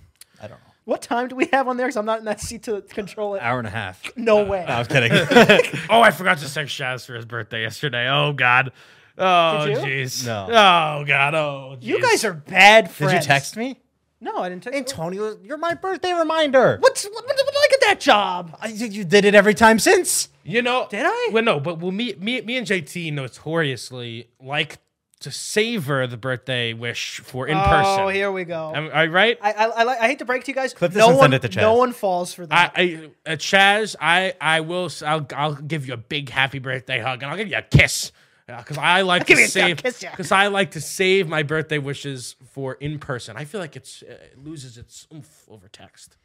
[SPEAKER 2] I don't know.
[SPEAKER 3] What time do we have on there? Because I'm not in that seat to control it.
[SPEAKER 2] Hour and a half.
[SPEAKER 3] No way.
[SPEAKER 2] I was kidding. no,
[SPEAKER 1] Oh, I forgot to text Shaz for his birthday yesterday. Oh God. Oh
[SPEAKER 3] Did you?
[SPEAKER 1] jeez.
[SPEAKER 2] No.
[SPEAKER 1] Oh God. Oh. Geez.
[SPEAKER 3] you guys are bad
[SPEAKER 2] did
[SPEAKER 3] friends.
[SPEAKER 2] you text me?
[SPEAKER 3] No, I didn't text.
[SPEAKER 2] And Tony was you're my birthday reminder.
[SPEAKER 3] What's what, what, what, like at that job?
[SPEAKER 2] I, you did it every time since.
[SPEAKER 1] You know.
[SPEAKER 3] Did I?
[SPEAKER 1] Well, no. But well, me, me, me, and JT notoriously like to savor the birthday wish for in person.
[SPEAKER 3] Oh, here we go.
[SPEAKER 1] Am I right?
[SPEAKER 3] I, I, I, like- I hate to break to you guys.
[SPEAKER 2] Clip this
[SPEAKER 3] no
[SPEAKER 2] and
[SPEAKER 3] one,
[SPEAKER 2] send it to
[SPEAKER 3] No
[SPEAKER 2] Chaz.
[SPEAKER 3] one falls for that.
[SPEAKER 1] I, I uh, Chaz, I, I will, s- I'll, I'll give you a big happy birthday hug, and I'll give you a kiss, because I like
[SPEAKER 3] give you
[SPEAKER 1] to
[SPEAKER 3] a
[SPEAKER 1] save,
[SPEAKER 3] dumb kiss, yeah.
[SPEAKER 1] because I like to save my birthday wishes for in person. I feel like it's uh, it loses its oomph over text,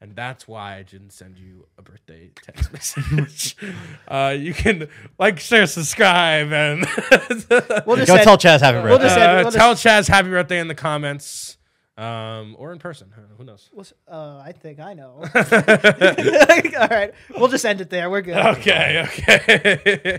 [SPEAKER 1] and that's why I didn't send you a birthday text message. uh, you can like, share, subscribe, and
[SPEAKER 3] we'll just
[SPEAKER 2] Go
[SPEAKER 3] send-
[SPEAKER 2] tell Chaz happy birthday.
[SPEAKER 3] just-
[SPEAKER 1] uh,
[SPEAKER 3] we'll
[SPEAKER 1] tell Chaz happy birthday in the comments, um, or in person. Who knows?
[SPEAKER 3] we'll s- uh, I think I know. All right, we'll just end it there. We're good.
[SPEAKER 1] Okay, okay.